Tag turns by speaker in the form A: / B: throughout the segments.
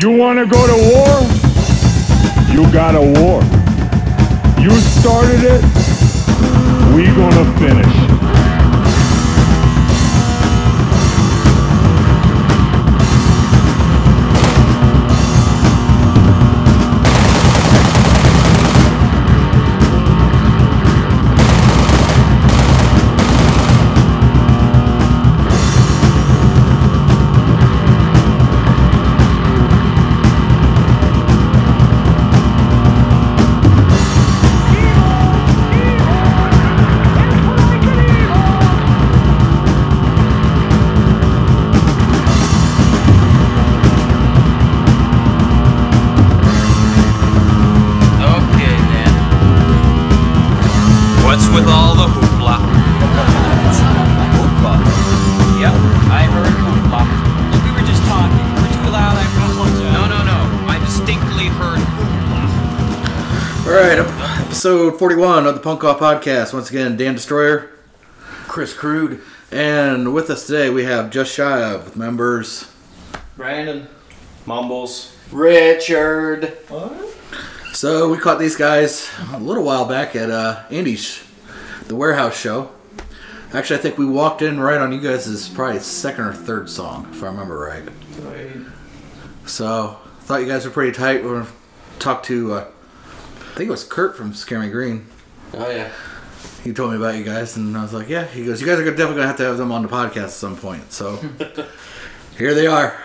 A: You want to go to war? You got a war. You started it. We gonna finish.
B: Okay then. What's with all the hoopla?
C: Hoopla.
B: Yep, I heard hoopla.
C: Look, we were just talking. We were too loud. I apologize.
B: No, no, no. I distinctly heard hoopla.
D: All right, ep- episode 41 of the Punk Off Podcast. Once again, Dan Destroyer. Chris Crude. And with us today, we have Just Shy of members.
C: Brandon. Mumbles.
E: Richard.
D: So we caught these guys a little while back at uh, Andy's, the warehouse show. Actually, I think we walked in right on you guys' probably second or third song, if I remember right. So thought you guys were pretty tight. We were- talked to, uh, I think it was Kurt from Scare Me Green.
E: Oh yeah.
D: he told me about you guys, and I was like, yeah. He goes, you guys are definitely gonna have to have them on the podcast at some point. So here they are.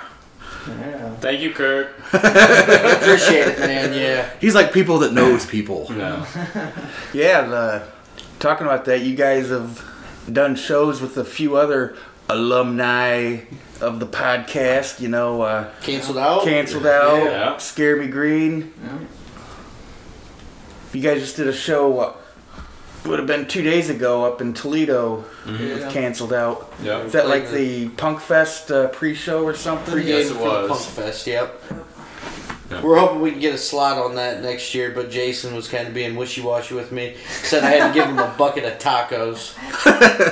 F: Thank you, Kirk.
E: Appreciate it, man. Yeah.
D: He's like people that knows people.
G: Yeah, the, talking about that, you guys have done shows with a few other alumni of the podcast. You know, uh,
E: Cancelled out.
G: canceled out,
F: Yeah.
G: Scare Me Green. You guys just did a show. Uh, would have been two days ago up in Toledo.
E: Mm-hmm.
G: With canceled out.
F: Yep.
G: Is that like the Punk Fest uh, pre-show or something?
E: Pre-game
F: Yes, it
E: for the
F: was.
E: Punk Fest. Yep.
F: Yeah.
E: We're hoping we can get a slot on that next year, but Jason was kind of being wishy-washy with me. Said I had to give him a bucket of tacos.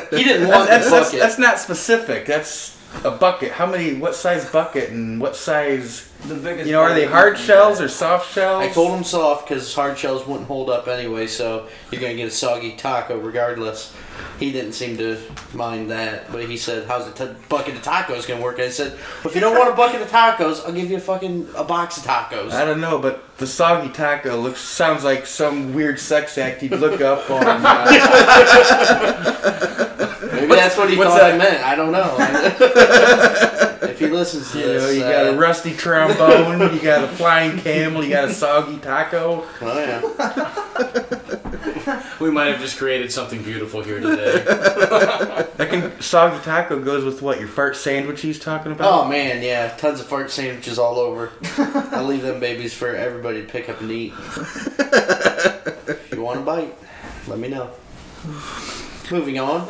E: He didn't want
G: That's,
E: the
G: that's,
E: bucket.
G: that's not specific. That's a bucket. How many? What size bucket and what size?
C: The biggest.
G: You know, are they hard shells or soft shells?
E: I told him soft because hard shells wouldn't hold up anyway, so you're gonna get a soggy taco regardless. He didn't seem to mind that, but he said, "How's a t- bucket of tacos gonna work?" I said, well, "If you don't want a bucket of tacos, I'll give you a fucking a box of tacos."
G: I don't know, but the soggy taco looks sounds like some weird sex act you'd look up on. Uh,
E: Maybe that's what he
G: what's
E: thought I
G: that?
E: meant. I don't know. if he listens to
G: you know,
E: this,
G: you got a
E: uh,
G: rusty trombone, you got a flying camel, you got a soggy taco.
E: oh, yeah.
F: We might have just created something beautiful here today.
G: That can soggy taco goes with what your fart sandwich he's talking about.
E: Oh man, yeah, tons of fart sandwiches all over. I leave them babies for everybody to pick up and eat. if you want a bite, let me know. Moving on.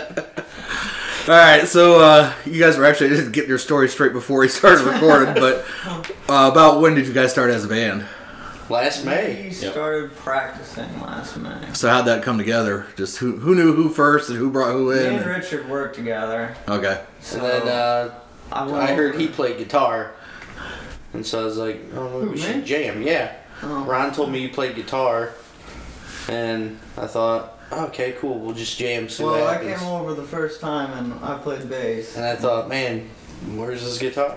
D: All right, so uh, you guys were actually just getting your story straight before he started recording, but uh, about when did you guys start as a band?
E: Last May.
C: We started practicing last May.
D: So how'd that come together? Just who who knew who first and who brought who
C: Me and
D: in?
C: Richard worked together.
D: Okay,
C: So
E: And then
C: Oh.
E: uh,
C: I, went
E: I heard
C: over-
E: he played guitar. And so I was like, oh, maybe
C: Who,
E: we
C: me?
E: should jam. Yeah.
C: Oh.
E: Ron told me you played guitar. And I thought, okay, cool, we'll just jam, see
C: oh, Well,
E: what
C: I
E: happens.
C: came over the first time and I played bass.
E: And I thought, man, where's his guitar?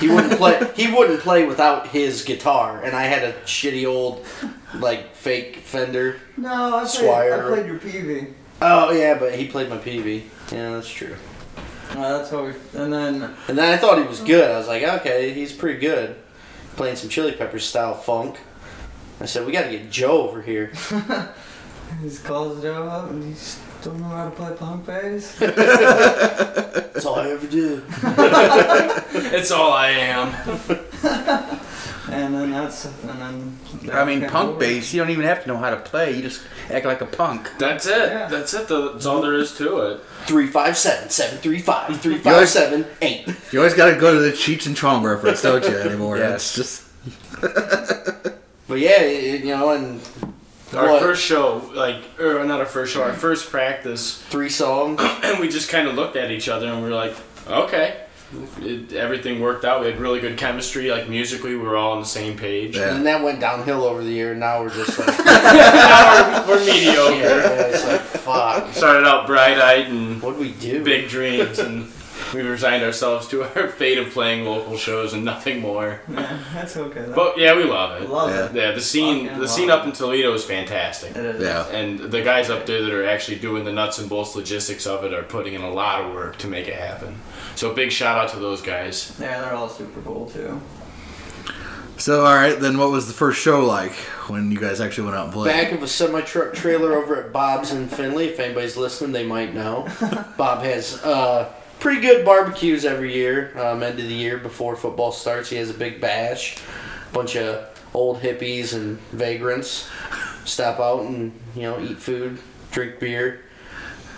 E: He wouldn't play. He wouldn't play without his guitar, and I had a shitty old, like fake Fender.
C: No, I played,
E: Swire.
C: I played your PV.
E: Oh yeah, but he played my PV. Yeah, that's true.
C: Uh, that's how we. And then
E: And then I thought he was good. I was like, okay, he's pretty good, playing some Chili Peppers style funk. I said, we got to get Joe over here.
C: he calls Joe up and he's don't know how to play punk bass.
E: That's all I ever do.
F: it's all I am.
C: and then that's and then.
G: I mean,
C: Okay.
G: punk bass. You don't even have to know how to play. You just act like a punk.
F: That's it.
C: Yeah.
F: That's it. though. That's all there is to it.
E: Three five seven seven three five three five seven eight.
D: you always got to go to the Cheech and Chong reference, don't you? Anymore? It's
G: Yes.
D: just
E: But yeah, it, it- you know, and
F: Our
E: What?
F: first show, like, or not our first show, our first practice,
E: Three songs.
F: and we just kind of looked at each other and we were like, okay. It, everything worked out. We had really good chemistry. Like musically, we were all on the same page.
D: Yeah.
E: And that went downhill over the year. Now we're just like,
F: Now we're, we're mediocre.
E: yeah, it's like, fuck.
F: Started out bright-eyed and
E: What do we do?
F: big dreams, and we resigned ourselves to our fate of playing local shows and nothing more.
C: That's okay. though.
F: But yeah, we love it.
C: Love
D: Yeah.
C: it.
F: Yeah, the scene,
C: Fucking
F: the scene
C: love
F: up in Toledo is fantastic.
C: It is.
D: Yeah.
F: And the guys up there that are actually doing the nuts and bolts logistics of it are putting in a lot of work to make it happen. So big shout out to those guys.
C: Yeah, they're all super cool too.
D: So, all right, then what was the first show like when you guys actually went out and played?
E: back of a semi truck trailer over at Bob's in Findlay. If anybody's listening, they might know. Bob has uh, pretty good barbecues every year, um, end of the year before football starts. He has a big bash, bunch of old hippies and vagrants stop out and you know eat food, drink beer,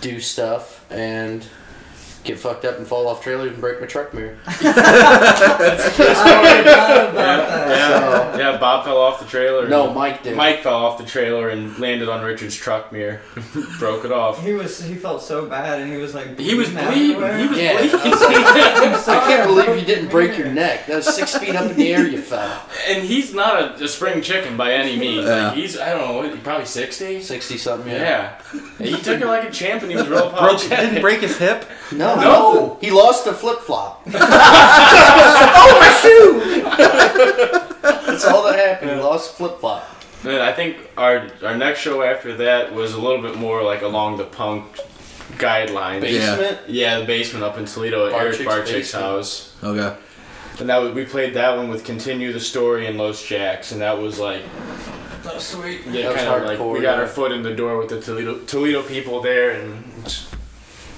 E: do stuff, and get fucked up and fall off trailers and break my truck mirror.
C: Forgot about that.
F: Yeah, yeah. Bob fell off the trailer. and-
E: No, Mike did.
F: Mike fell off the trailer and landed on Richard's truck mirror, broke it off.
C: He was. He felt so bad, and he was like.
F: He was bleeding.
C: everywhere.
F: He was
E: Yeah.
F: bleeding.
C: I'm sorry,
E: I can't believe you didn't break your
C: man.
E: neck. That was six feet up in the air. You fell.
F: and he's not a, a spring chicken by any means.
D: Yeah.
F: Like he's I don't know, what, probably sixty.
E: Sixty something.
F: Yeah. He took it like a champ and he was real
G: Broke,
F: apologetic.
G: didn't break his hip.
E: No,
F: No.
E: he lost the flip flop. oh my shoe! That's all that happened. He lost flip flop.
F: Then I think our our next show after that was a little bit more like along the punk guidelines.
D: Yeah.
E: Basement.
F: Yeah, the basement up in Toledo at
E: Bar
F: Eric
E: Chick's
F: Barchick's
E: basement.
F: house.
D: Okay.
F: And that was, we played that one with Continue the Story and Los Jacks, and that was like
C: So sweet.
F: yeah,
E: That was
F: kind of like we got
E: hardcore, yeah.
F: our foot in the door with the Toledo Toledo people there, and it's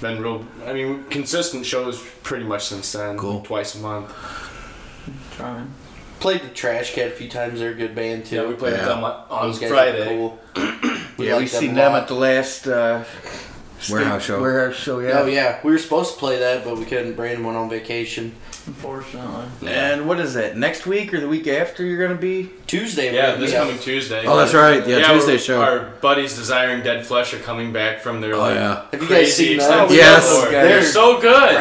F: been real. I mean, consistent shows pretty much since then.
D: Cool.
F: Twice a month.
C: Trying.
E: Played the Trash Cat a few times. They're a good band too.
F: Yeah, we played
D: Yeah.
F: with them on, on
E: Those guys are
F: Friday.
E: cool. We
G: yeah,
E: like
G: we seen
E: a
G: them
E: lot.
G: at the last uh,
D: Warehouse show.
G: Warehouse show, yeah.
E: Oh yeah, we were supposed to play that, but we couldn't. Brandon went on vacation.
C: Unfortunately.
G: And what is that? Next week or the week after? You're gonna be.
E: Tuesday.
F: Yeah,
E: we-
F: this
E: yeah.
F: coming Tuesday.
D: Oh, that's right. Yeah,
F: we're-
D: Tuesday show.
F: Our buddies desiring Dead Flesh are coming back from their
D: Oh,
F: like,
D: yeah.
E: Have you guys
F: crazy
E: seen that?
F: extended
D: Yes.
F: tour.
G: Those guys
F: They're
E: are
F: so good.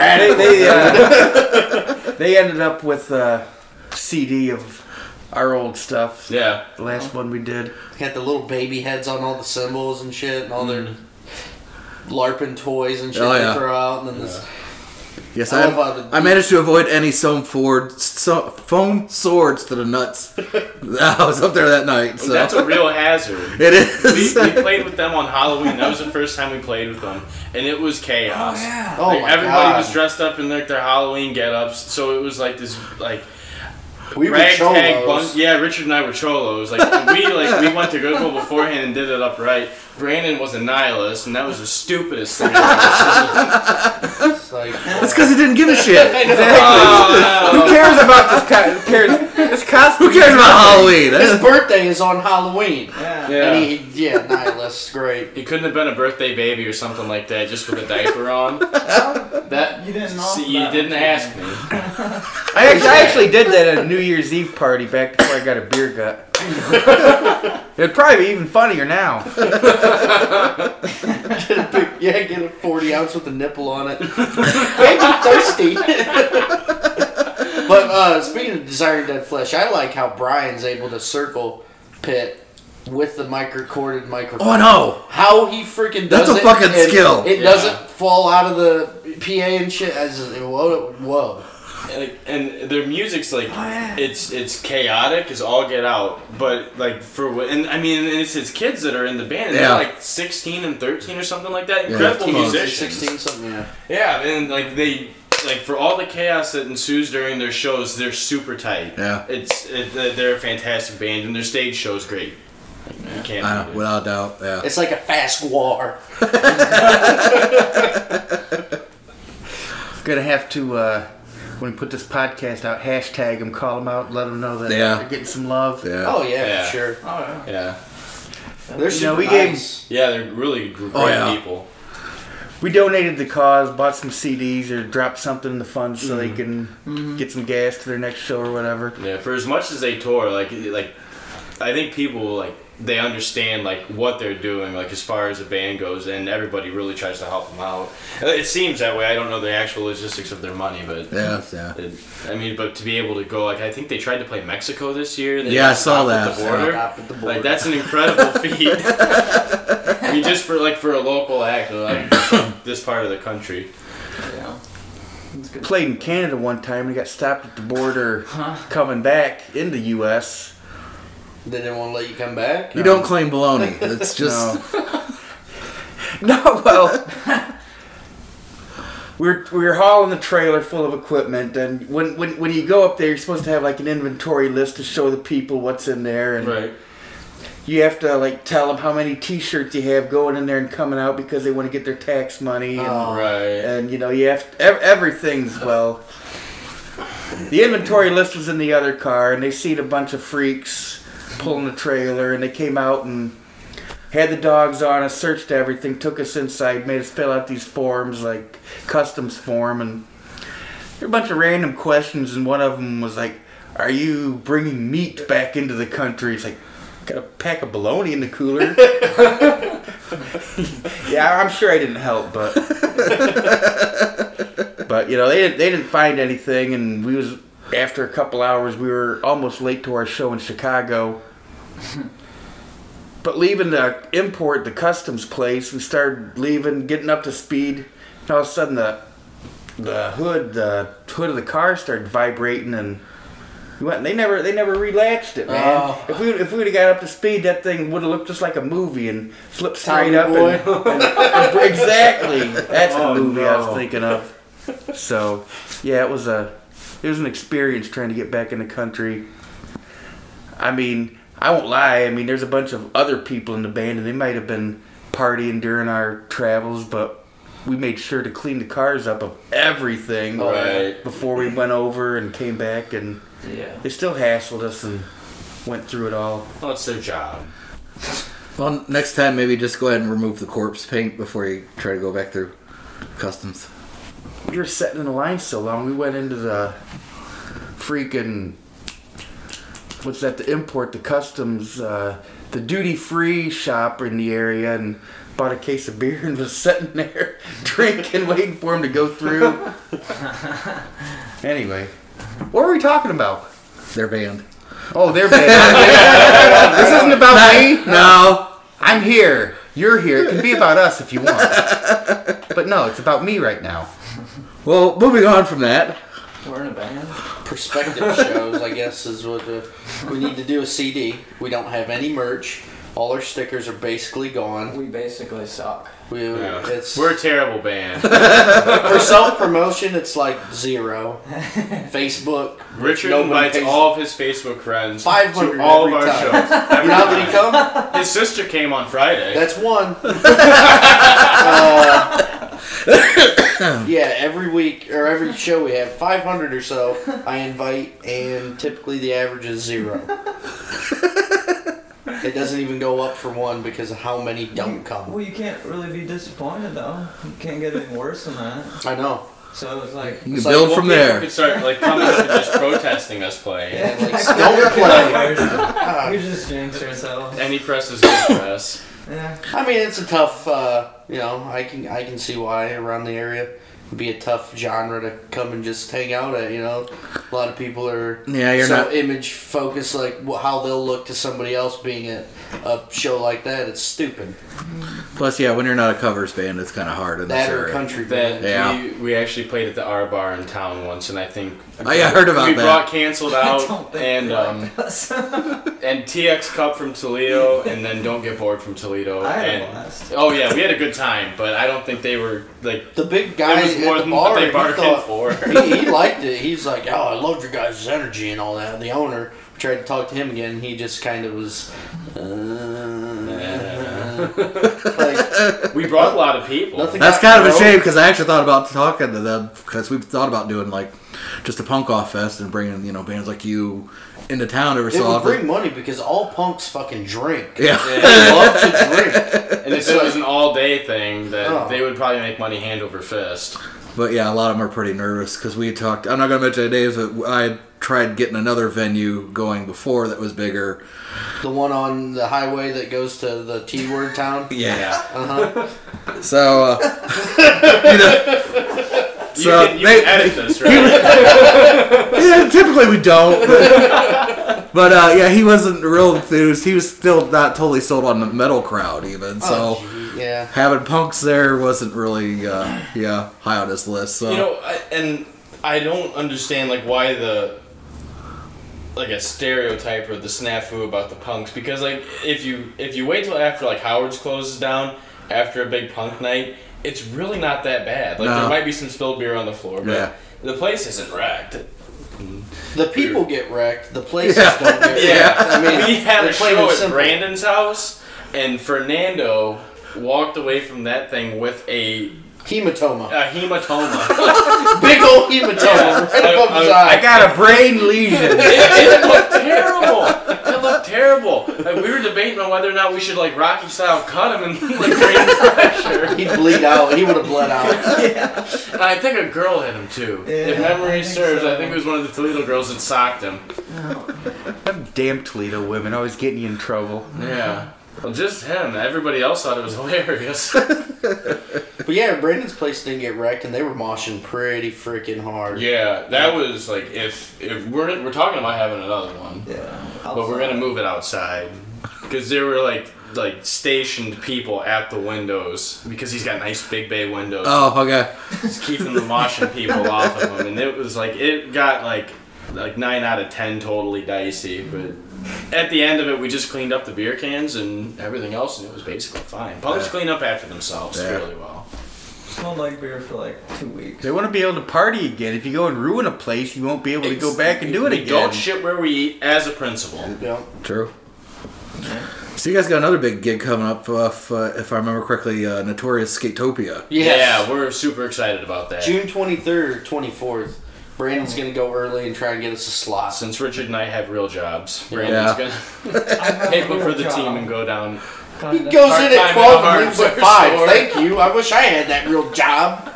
G: They they, uh, they ended up with a CD of our old stuff.
F: Yeah,
G: The last one we did.
E: Got the little baby heads on all the cymbals and shit, and all their LARPing toys and shit
D: Mm. Oh,
E: they
D: yeah.
E: throw out, and then this
D: Yes,
E: I
D: I,
E: love how the-
D: I managed to avoid any foam Ford, so, foam swords to the nuts. I was up there that night, so
F: that's a real hazard.
D: it
F: We,
D: is.
F: we played with them on Halloween. That was the first time we played with them, and it was chaos.
E: Oh
F: Like,
E: my
F: everybody
E: god!
F: was dressed up in like their Halloween get-ups, so it was like this like
E: we were
F: ragtag
E: cholos.
F: bunch. Yeah, Richard and I were cholos. Like we like we went to Goodwill beforehand and did it upright. Brandon was a nihilist, and that was the stupidest thing. I've ever seen.
E: It's like,
D: That's because he didn't give a shit.
F: Oh,
G: Who cares about this? Co- who cares? This costume.
D: Who cares about Halloween?
E: His birthday is on Halloween.
C: Yeah.
F: Yeah.
E: And he, yeah, nihilist, great.
F: He couldn't have been a birthday baby or something like that, just with a diaper on. That
C: You didn't know.
F: see, you
C: about
F: didn't
C: it.
F: ask me.
G: I actually, I actually did that at a New Year's Eve party back before I got a beer gut. It'd probably be even funnier now.
E: Yeah, get a 40 ounce with a nipple on it. Made you thirsty. but uh, speaking of Desiring Dead Flesh, I like how Brian's able to circle pit with the microcorded microphone.
D: Oh no!
E: How he freaking does
D: That's a
E: it
D: fucking
E: and
D: skill.
E: It
F: Yeah.
E: doesn't fall out of the PA and shit. As whoa, whoa.
F: Like, and their music's like it's it's chaotic as all get out, but like for what and I mean and it's his kids that are in the band. And
D: Yeah.
F: They're like sixteen and thirteen or something like that. Incredible
D: Teens,
F: musicians.
E: 16, something. Yeah.
F: Yeah, and like they like for all the chaos that ensues during their shows, they're super tight.
D: Yeah.
F: it's it, they're a fantastic band and their stage show's great. You can't.
D: I
F: beat
D: know,
F: it.
D: without doubt, yeah.
E: It's like a fast war.
G: Gonna have to uh, when we put this podcast out, hashtag them, call them out, let them know that
D: Yeah.
G: they're getting some love.
D: yeah.
E: Oh yeah,
F: Yeah.
E: for sure.
C: Oh yeah.
F: yeah.
E: They're
G: You know,
E: super
G: we gave-
E: nice.
F: Yeah, they're really great
D: Oh, yeah.
F: people.
G: We donated the cause, bought some CDs, or dropped something in the funds
D: Mm-hmm.
G: so they can get some gas to their next show or whatever.
F: Yeah, for as much as they tour, like like I think people like they understand like what they're doing, like as far as the band goes, and everybody really tries to help them out. Uh, It seems that way. I don't know the actual logistics of their money, but
D: Yeah, yeah.
F: it, I mean, but to be able to go, like I think they tried to play Mexico this year. They
D: Yeah, I saw
F: stopped at
D: that.
F: the border.
E: Stop at the border.
F: Like that's an incredible feat. I mean, just for like for a local act, like this part of the country.
G: Played in Canada one time and got stopped at the border coming back in the U.S.
E: They didn't want to let you come back.
D: You don't claim baloney. It's just
G: No, well, we were, we were hauling the trailer full of equipment, and when, when when you go up there, you're supposed to have like an inventory list to show the people what's in there, and
F: Right.
G: you have to like tell them how many T-shirts you have going in there and coming out because they want to get their tax money, and,
F: Oh, Right.
G: and you know you have to, ev- everything's well. The inventory list was in the other car, and they seen a bunch of freaks pulling the trailer, and they came out and had the dogs on us, searched everything, took us inside, made us fill out these forms like customs form, and there were a bunch of random questions, and one of them was like, "Are you bringing meat back into the country?" It's like. Got a pack of bologna in the cooler. yeah, I'm sure I didn't help, but but you know they didn't, they didn't find anything, and we was after a couple hours we were almost late to our show in Chicago. but leaving the import the customs place, we started leaving, getting up to speed, and all of a sudden the the hood the hood of the car started vibrating and. We went, they never, they never relatched it, man.
E: Oh.
G: If we, if we would have got up to speed, that thing would have looked just like a movie and flipped straight
E: Tommy
G: up.
E: Boy.
G: And, and- and- exactly, that's
F: Oh,
G: the movie I was
F: no.
G: thinking of. So, yeah, it was a it was an experience trying to get back in the country. I mean, I won't lie. I mean, there's a bunch of other people in the band, and they might have been partying during our travels, but we made sure to clean the cars up of everything
F: Right.
G: before we went over and came back, and
C: Yeah.
G: they still hassled us and went through it all.
F: Well, it's their job.
D: well. Next time, maybe just go ahead and remove the corpse paint before you try to go back through customs.
G: We were sitting in the line so long. We went into the freaking what's that? The import, the customs, uh, the duty free shop in the area, and bought a case of beer and was sitting there drinking, waiting for him to go through. anyway, what were we talking about?
D: They're banned.
G: Oh, they're bad. this isn't about me.
D: No.
G: I'm here. You're here. It can be about us if you want. But no, it's about me right now.
D: Well, moving on from that.
C: We're in a band.
E: Perspective shows, I guess, is what the, we need to do. A CD. We don't have any merch. All our stickers are basically gone.
C: We basically suck.
E: We,
F: Yeah.
E: it's,
F: We're a terrible band.
E: for self promotion. It's like zero. Facebook. which
F: Richard
E: nobody
F: invites
E: pays-
F: all of his Facebook friends
E: 500
F: to all of our
E: every time.
F: shows.
E: You know how many come?
F: His sister came on Friday.
E: That's one. Uh, yeah, every week or every show we have 500 or so I invite, and typically the average is zero. It doesn't even go up for one because of how many don't come.
C: Well, you can't really be disappointed though. You can't get any worse than that.
E: I know.
C: So it's like,
D: You can
E: It's like,
D: build
F: Well,
D: from
F: people
D: there.
F: Could start like coming up and just protesting us playing.
E: And, like, don't play. Uh,
C: we just jinx ourselves.
F: Any press is good press.
C: Yeah.
E: I mean, it's a tough. Uh, you know, I can I can see why around the area would be a tough genre to come and just hang out at. You know, a lot of people are
D: Yeah, you're
E: so
D: not-
E: image focused, like wh- how they'll look to somebody else being at a show like that. It's stupid.
D: Plus, yeah, when you're not a covers band, it's kind of hard in this
E: That or a
D: area.
E: country
F: Then
E: band.
D: Yeah.
F: we, we actually played at the R Bar in town once, and I think
D: Oh, yeah, I heard about
F: we
D: that.
F: brought canceled
C: I don't
F: out
C: think
F: and
C: they
F: um,
C: like us.
F: and TX Cup from Toledo, and then Don't Get Bored from Toledo.
C: I had a
F: and,
C: blast.
F: Oh yeah, we had a good time, but I don't think they were like.
E: The big guy
F: It was more
E: at the
F: than
E: bar.
F: what they
E: he
F: bargained
E: thought-
F: for.
E: he, he liked it. He's like, oh, I loved your guys' energy and all that. The owner we tried to talk to him again. He just kind of was. Uh, like,
F: We brought a lot of people.
E: nothing
D: That's
E: got
D: kind of a
E: broke.
D: shame because I actually thought about talking to them because we've thought about doing like just a punk off fest and bringing you know bands like you into town every
E: It
D: so
E: would bring
D: often.
E: money because all punks fucking drink.
D: Yeah,
E: They love to drink.
F: And if it was an all day thing, then
E: Oh.
F: they would probably make money hand over fist.
D: but yeah, a lot of them are pretty nervous because we had talked. I'm not gonna mention any names, but I had tried getting another venue going before that was bigger.
E: The one on the highway that goes to the T word town.
D: Yeah.
E: Uh-huh.
D: So, uh, you know.
F: You,
D: So
F: can, you
D: they-
F: can edit this, right?
D: yeah, typically we don't. But, but, uh, yeah, he wasn't real enthused. He was still not totally sold on the metal crowd, even. So
F: Oh,
E: Yeah.
D: having punks there wasn't really, uh, yeah, high on his list. So
F: you know, I, and I don't understand like why the like a stereotype or the snafu about the punks because like if you if you wait till after like Howard's closes down after a big punk night, it's really not that bad. Like
D: No.
F: there might be some spilled beer on the floor, but
D: Yeah.
F: the place isn't wrecked.
E: The people get wrecked. The places
D: Yeah.
E: don't get
F: Yeah.
E: wrecked. I mean,
F: we had
E: they're
F: a
E: plain
F: show
E: and
F: at
E: simple.
F: Brandon's house, and Fernando walked away from that thing with a,
E: hematoma.
F: a hematoma.
E: Big old hematoma right
F: I-
E: above his
F: I- I
E: eye.
G: I got a brain lesion.
F: it, it looked terrible. It looked terrible. Like, we were debating on whether or not we should like Rocky style cut him and like bring pressure.
E: He'd bleed out. He would have bled out.
F: And I think a girl hit him too. if
C: Yeah,
F: memory
C: I think
F: serves,
C: so.
F: I think it was one of the Toledo girls that socked him.
G: Them damn Toledo women always getting you in trouble.
F: Yeah. Well, just him. Everybody else thought it was hilarious.
E: But yeah, Brandon's place didn't get wrecked, and they were moshing pretty freaking hard.
F: yeah, that was like if if we're we're talking about having another one.
C: Yeah.
F: But we're gonna move it outside because there were like like stationed people at the windows because he's got nice big bay windows.
D: oh, okay.
F: He's keeping the washing people off of him, and it was like it got like like nine out of ten totally dicey. But at the end of it, we just cleaned up the beer cans and everything else, and it was basically fine. Punks clean up after themselves
D: Yeah.
F: really well.
C: smelled like beer for like two weeks.
G: They want to be able to party again. If you go and ruin a place, you won't be able to go back and do it
F: we
G: again.
F: don't shit where we eat as a principle.
E: Yeah.
D: True. So you guys got another big gig coming up, uh, if, uh, if I remember correctly, uh, Notorious Skatopia.
E: Yes.
F: Yeah, we're super excited about that.
E: June 23rd or 24th. Brandon's gonna go early and try and get us a slot.
F: Since Richard and I have real jobs,
D: Yeah.
F: Brandon's gonna.
C: I have
F: Take
C: a
F: one for
C: real
F: the
C: job.
F: team and go down.
E: He
C: Kinda.
E: goes
F: Part-time
E: in
F: in
E: at 12
F: a
E: and leaves at
F: hardware
E: 5.
F: store.
E: Thank you. I wish I had that real job.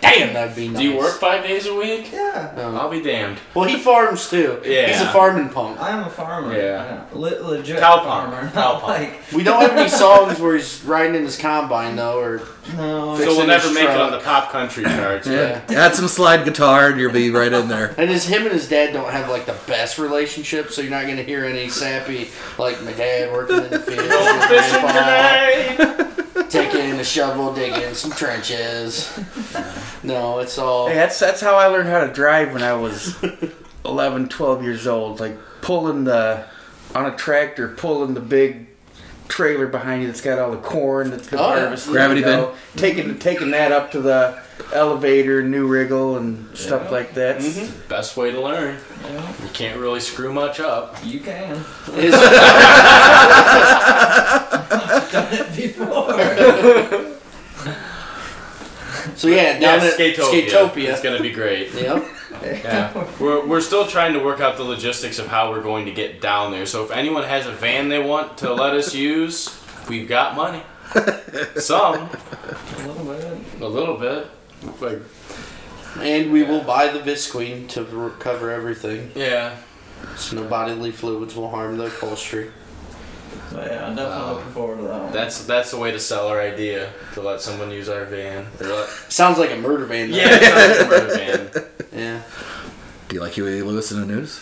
E: Damn, that'd be nice.
F: Do you work five days a week?
C: Yeah.
F: I'll be damned.
E: Well, he farms too.
F: Yeah.
E: He's a farming punk.
C: I am a farmer.
F: Yeah.
C: Le- legit
F: Cow punk.
C: farmer.
F: Cow
C: Not
F: punk.
C: like
E: We don't have any songs where he's riding in his combine though, or
C: no.
F: So we'll
E: Fixing
F: never
E: his
F: make it
E: truck.
F: on the pop country charts. but
E: yeah.
D: Add some slide guitar and you'll be right in there.
E: And his him and his dad don't have like the best relationship, so you're not gonna hear any sappy like my dad working in the field, my
F: Fishing
E: grandpa
F: tonight.
E: taking a shovel, digging some trenches. No, it's all
G: Hey, that's that's how I learned how to drive when I was 11, 12 years old. Like pulling the on a tractor, pulling the big trailer behind you that's got all the corn that's been
E: Oh, yeah.
G: harvested.
D: Gravity
G: you know, Taking taking that up to the elevator, new wriggle and stuff like that.
E: Mm-hmm.
F: Best way to learn.
C: Yeah.
F: You can't really screw much up.
C: You can.
E: his,
C: Done it before.
E: so yeah, down
F: Yeah,
E: at
F: Skatopia. It's
E: Skatopia.
F: gonna be great.
E: Yep.
F: Yeah. We're, we're still trying to work out the logistics of how we're going to get down there. So if anyone has a van they want to let us use, we've got money. Some,
C: a little bit.
F: a little bit. Like,
E: And we will buy the Visqueen to re- cover everything,
F: yeah.
E: so no bodily fluids will harm the upholstery.
C: But yeah, I'm definitely
F: Wow.
C: looking forward to that one.
F: That's that's the way to sell our idea to let someone use our van. They're like,
E: Sounds like a murder van. Though.
F: yeah, it's not a murder van.
E: Yeah.
D: Do you like Huey Lewis in the news?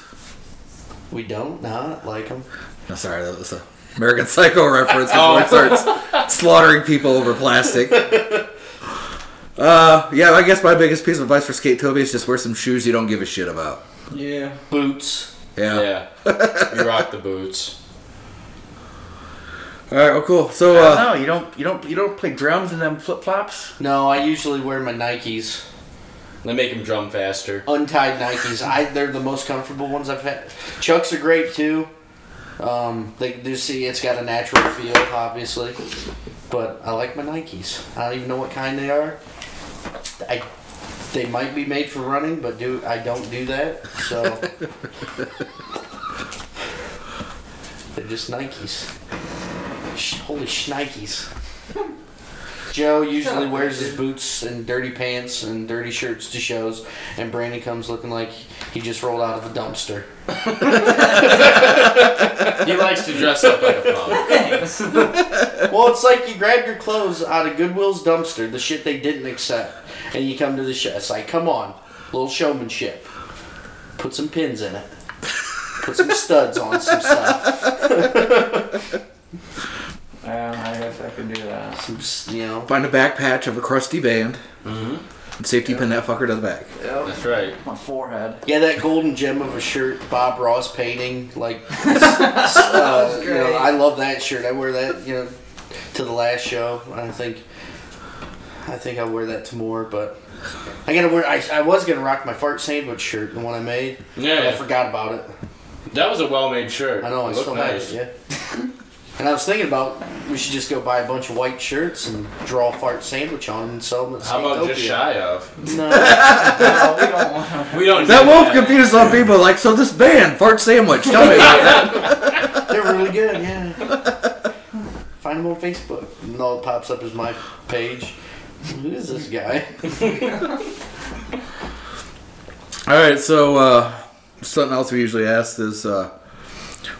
E: We don't not like them.
D: No, sorry, that was a American Psycho reference before
F: Oh.
D: it starts slaughtering people over plastic. Uh, yeah, I guess my biggest piece of advice for Skate Toby is just wear some shoes you don't give a shit about.
C: yeah.
E: Boots.
D: Yeah.
F: Yeah. You rock the boots.
D: All right. Well, cool. So,
G: I
D: uh,
G: don't know, you don't you don't you don't play drums in them flip flops?
E: No, I usually wear my Nikes,
F: They make him drum faster.
E: untied Nikes. I they're the most comfortable ones I've had. Chucks are great too. Um, they do see it's got a natural feel, obviously, but I like my Nikes. I don't even know what kind they are. I they might be made for running, but do I don't do that, so they're just Nikes. Sh- holy shnikes. Joe usually wears his boots and dirty pants and dirty shirts to shows, and Brandon comes looking like he just rolled out of a dumpster.
F: He likes to dress up like a punk.
B: Thanks.
E: well, it's like you grabbed your clothes out of Goodwill's dumpster, the shit they didn't accept, and you come to the show. It's like, come on, little showmanship. Put some pins in it. Put some studs on some stuff.
C: Well, um, I guess I could do that.
E: Some, s- you know.
D: Find a back patch of a crusty band. And safety pin that fucker to the back.
F: That's right.
C: My forehead.
E: Yeah, that golden gem of a shirt, Bob Ross painting, like, uh, you know, I love that shirt. I wear that, you know, to the last show. I think, I think I wear that to more, but I gotta wear. I, I was gonna rock my fart sandwich shirt, the one I made. but I
F: Yeah,
E: forgot about it.
F: that was a well-made shirt.
E: I know, I
F: It
E: still
F: looked
E: have
F: nice.
E: it. Yeah. And I was thinking about we should just go buy a bunch of white shirts and draw fart sandwich on them and sell them at
F: How about just
E: Skankopia.
F: shy of?
E: No,
C: No, we don't want
F: We don't.
D: That
F: do
D: won't confuse some people. Like, so this band, Fart Sandwich, tell me about it.
E: they're really good. Yeah. Find them on Facebook. And all that pops up is my page. Who is this guy?
D: Alright, so uh, something else we usually ask is uh,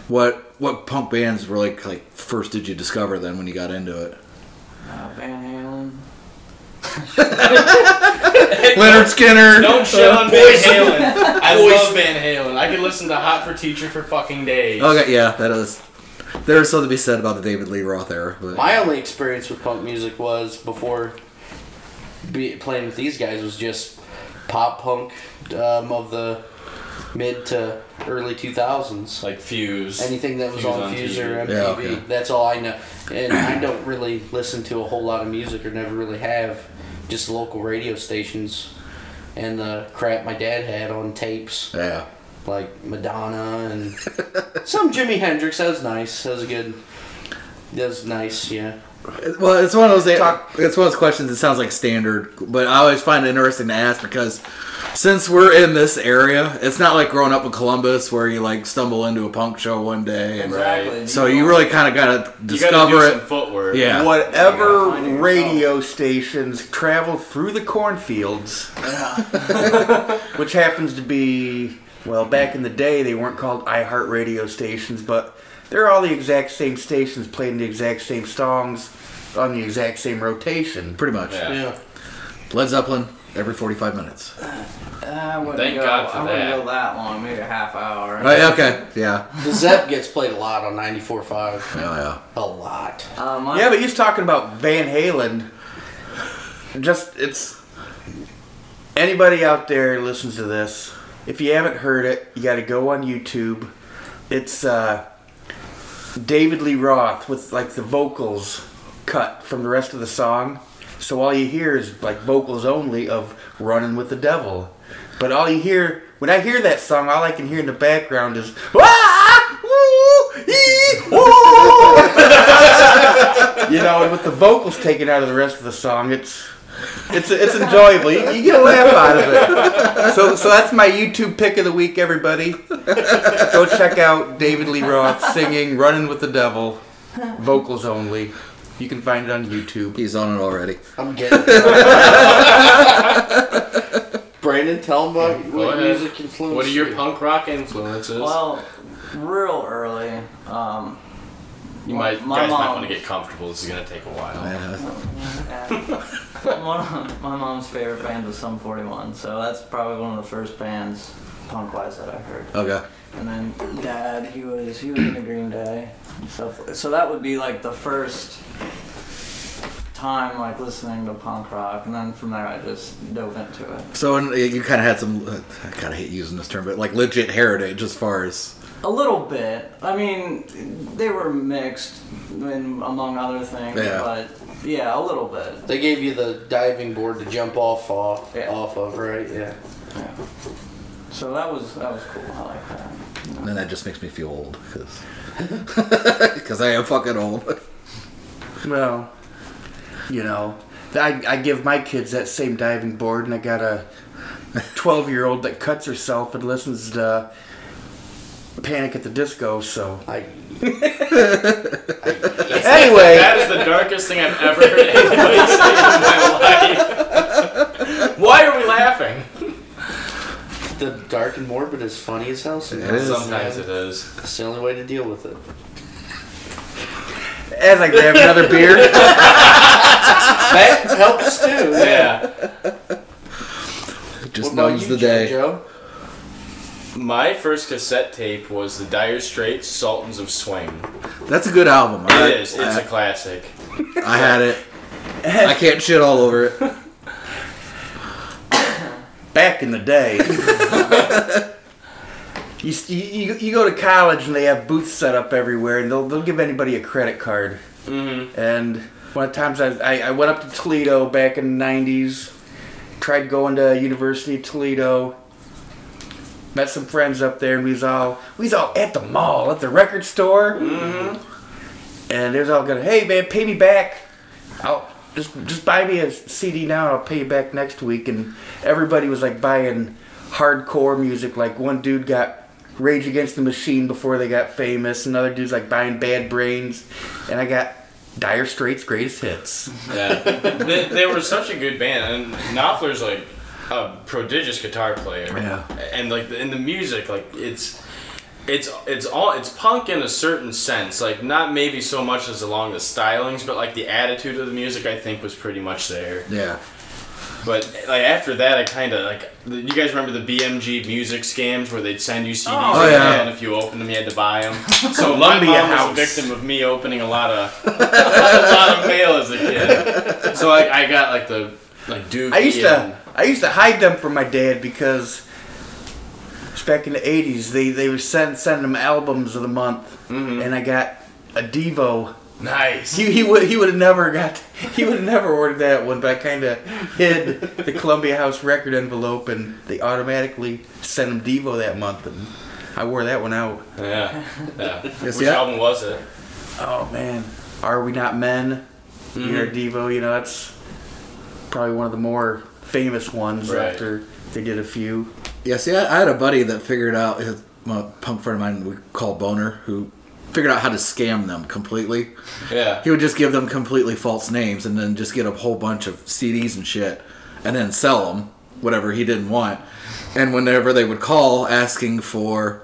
D: what what punk bands were like, like first did you discover then when you got into it?
C: uh, Van
D: Leonard Skinner.
F: Don't shit on Van Halen. I love Van Halen. I could listen to Hot for Teacher for fucking days.
D: Okay, yeah, that is. There's something to be said about the David Lee Roth era. But
E: My only experience with punk music was before be, playing with these guys was just pop punk um, of the mid to early two thousands.
F: Like Fuse.
E: anything that was
F: Fuse
E: on
F: on
E: Fuse
F: TV.
E: or MTV.
D: Yeah, okay.
E: That's all I know. And I don't really listen to a whole lot of music or never really have. Just local radio stations and the crap my dad had on tapes,
D: yeah.
E: like Madonna and some Jimi Hendrix. That was nice. That was good. That was nice, yeah.
D: It- Well, it's one of those.
G: Talk-
D: It's one of those questions. that sounds like standard, but I always find it interesting to ask because since we're in this area, it's not like growing up in Columbus where you like stumble into a punk show one day. And
C: Exactly.
D: So you really kind of gotta
F: You gotta do
D: discover
F: some
D: it.
F: footwork.
D: Yeah.
G: Whatever
C: You gotta find it
G: radio stations travel through the cornfields, which happens to be, well, back in the day they weren't called iHeart radio stations, but they're all the exact same stations playing the exact same songs on the exact same rotation.
D: Pretty much.
F: Yeah.
E: Yeah.
D: Led Zeppelin every 45 minutes.
C: Uh, I wouldn't
F: Thank
C: go,
F: God for
C: I wouldn't
F: that.
C: go that long, maybe a half hour.
D: Right, okay. Yeah.
E: The Zep gets played a lot on 94.5.
D: Oh, yeah.
E: A lot.
C: Uh, my,
G: Yeah, but he's talking about Van Halen. Just it's anybody out there who listens to this. If you haven't heard it, you got to go on YouTube. It's uh, David Lee Roth with like the vocals cut from the rest of the song. So all you hear is like vocals only of "Running with the Devil." But all you hear when I hear that song, all I can hear in the background is "Ah, ooh, ee, ooh." you know, and with the vocals taken out of the rest of the song, it's it's it's enjoyable. You, you get a laugh out of it. So so that's my YouTube pick of the week, everybody. Go check out David Lee Roth singing "Running with the Devil," vocals only. You can find it on YouTube.
D: He's on it already.
E: I'm getting it. Brandon, tell him about what
F: ahead.
E: music influenced
F: What are your
E: you.
F: punk rock influences?
C: well, real early. Um,
F: you might,
C: my
F: guys might
C: mom-
F: want to get comfortable. This is gonna take a while.
D: Yeah.
C: and one of my mom's favorite band was Sum 41, so that's probably one of the first bands, punk wise, that I heard.
D: Okay.
C: And then dad, he was he was in the Green Day and stuff. So that would be like the first time like listening to punk rock, and then from there I just dove into it
D: So and you kind of had some. uh, I kind of hate using this term, but like legit heritage as far as.
C: a little bit. I mean, they were mixed, in, among other things,
D: Yeah.
C: but yeah, a little bit.
E: They gave you the diving board to jump off off,
C: Yeah.
E: off of, right? Yeah.
C: So that was that was cool. I like that.
D: And that just makes me feel old because I am fucking old.
G: Well, you know, I I give my kids that same diving board, and I got a twelve-year-old that cuts herself and listens to Panic at the Disco. So
E: I
G: Anyway,
F: That is the darkest thing I've ever heard anybody say in my life. Why are we laughing?
E: The dark and morbid is funny as hell.
D: It is.
F: Sometimes it is.
E: That's the only way to deal with it.
G: as I grab another beer,
E: That helps too.
F: Yeah.
D: It just
E: What about
D: numbs
E: you,
D: the
E: Joe,
D: day.
E: Joe?
F: My first cassette tape was the Dire Straits Sultans of Swing.
D: That's a good album. I,
F: It is.
D: uh,
F: It's a classic.
D: I had it. I can't shit all over it.
G: back in the day. You, s- you, you- you go to college and they have booths set up everywhere and they'll, they'll give anybody a credit card.
F: Mm-hmm.
G: And one of the times I, I, I went up to Toledo back in the 90s, tried going to University of Toledo, met some friends up there, and we was all, we was all at the mall, at the record store. And they was all going, hey man, pay me back. I'll just, just buy me a CD now and I'll pay you back next week. And everybody was like buying hardcore music. Like one dude got Rage Against the Machine before they got famous, another dude's like buying Bad Brains. And I got Dire Straits' greatest hits.
F: Yeah. they, they were such a good band, and Knopfler's like a prodigious guitar player.
D: Yeah.
F: And like in the music, like it's. It's it's all it's punk in a certain sense, like not maybe so much as along the stylings, but like the attitude of the music, I think was pretty much there.
D: Yeah.
F: But like after that, I kind of like you guys remember the BMG music scams where they'd send you CDs
D: Oh,
F: in the
D: yeah.
F: mail, and if you opened them, you had to buy them. So my
G: Columbia
F: mom
G: House.
F: was a victim of me opening a lot of a lot of mail as a kid. So like I got like the like Duke.
G: I used to I used to hide them from my dad because it's back in the '80s. They they would send send him albums of the month, and I got a Devo.
F: nice.
G: He, he would he would have never got he would have never ordered that one, but I kind of hid the Columbia House record envelope, and they automatically sent him Devo that month, and I wore that one out.
F: Yeah. yeah.
D: Yes,
F: Which
D: yeah.
F: album was it?
G: Oh man, are we not men? You're a Devo. You know that's probably one of the more famous ones
F: Right.
G: after they did a few.
D: Yeah, see, I, I had a buddy that figured out his my punk friend of mine we call Boner, who figured out how to scam them completely.
F: Yeah.
D: He would just give them completely false names and then just get a whole bunch of CDs and shit, and then sell them whatever he didn't want. And whenever they would call asking for,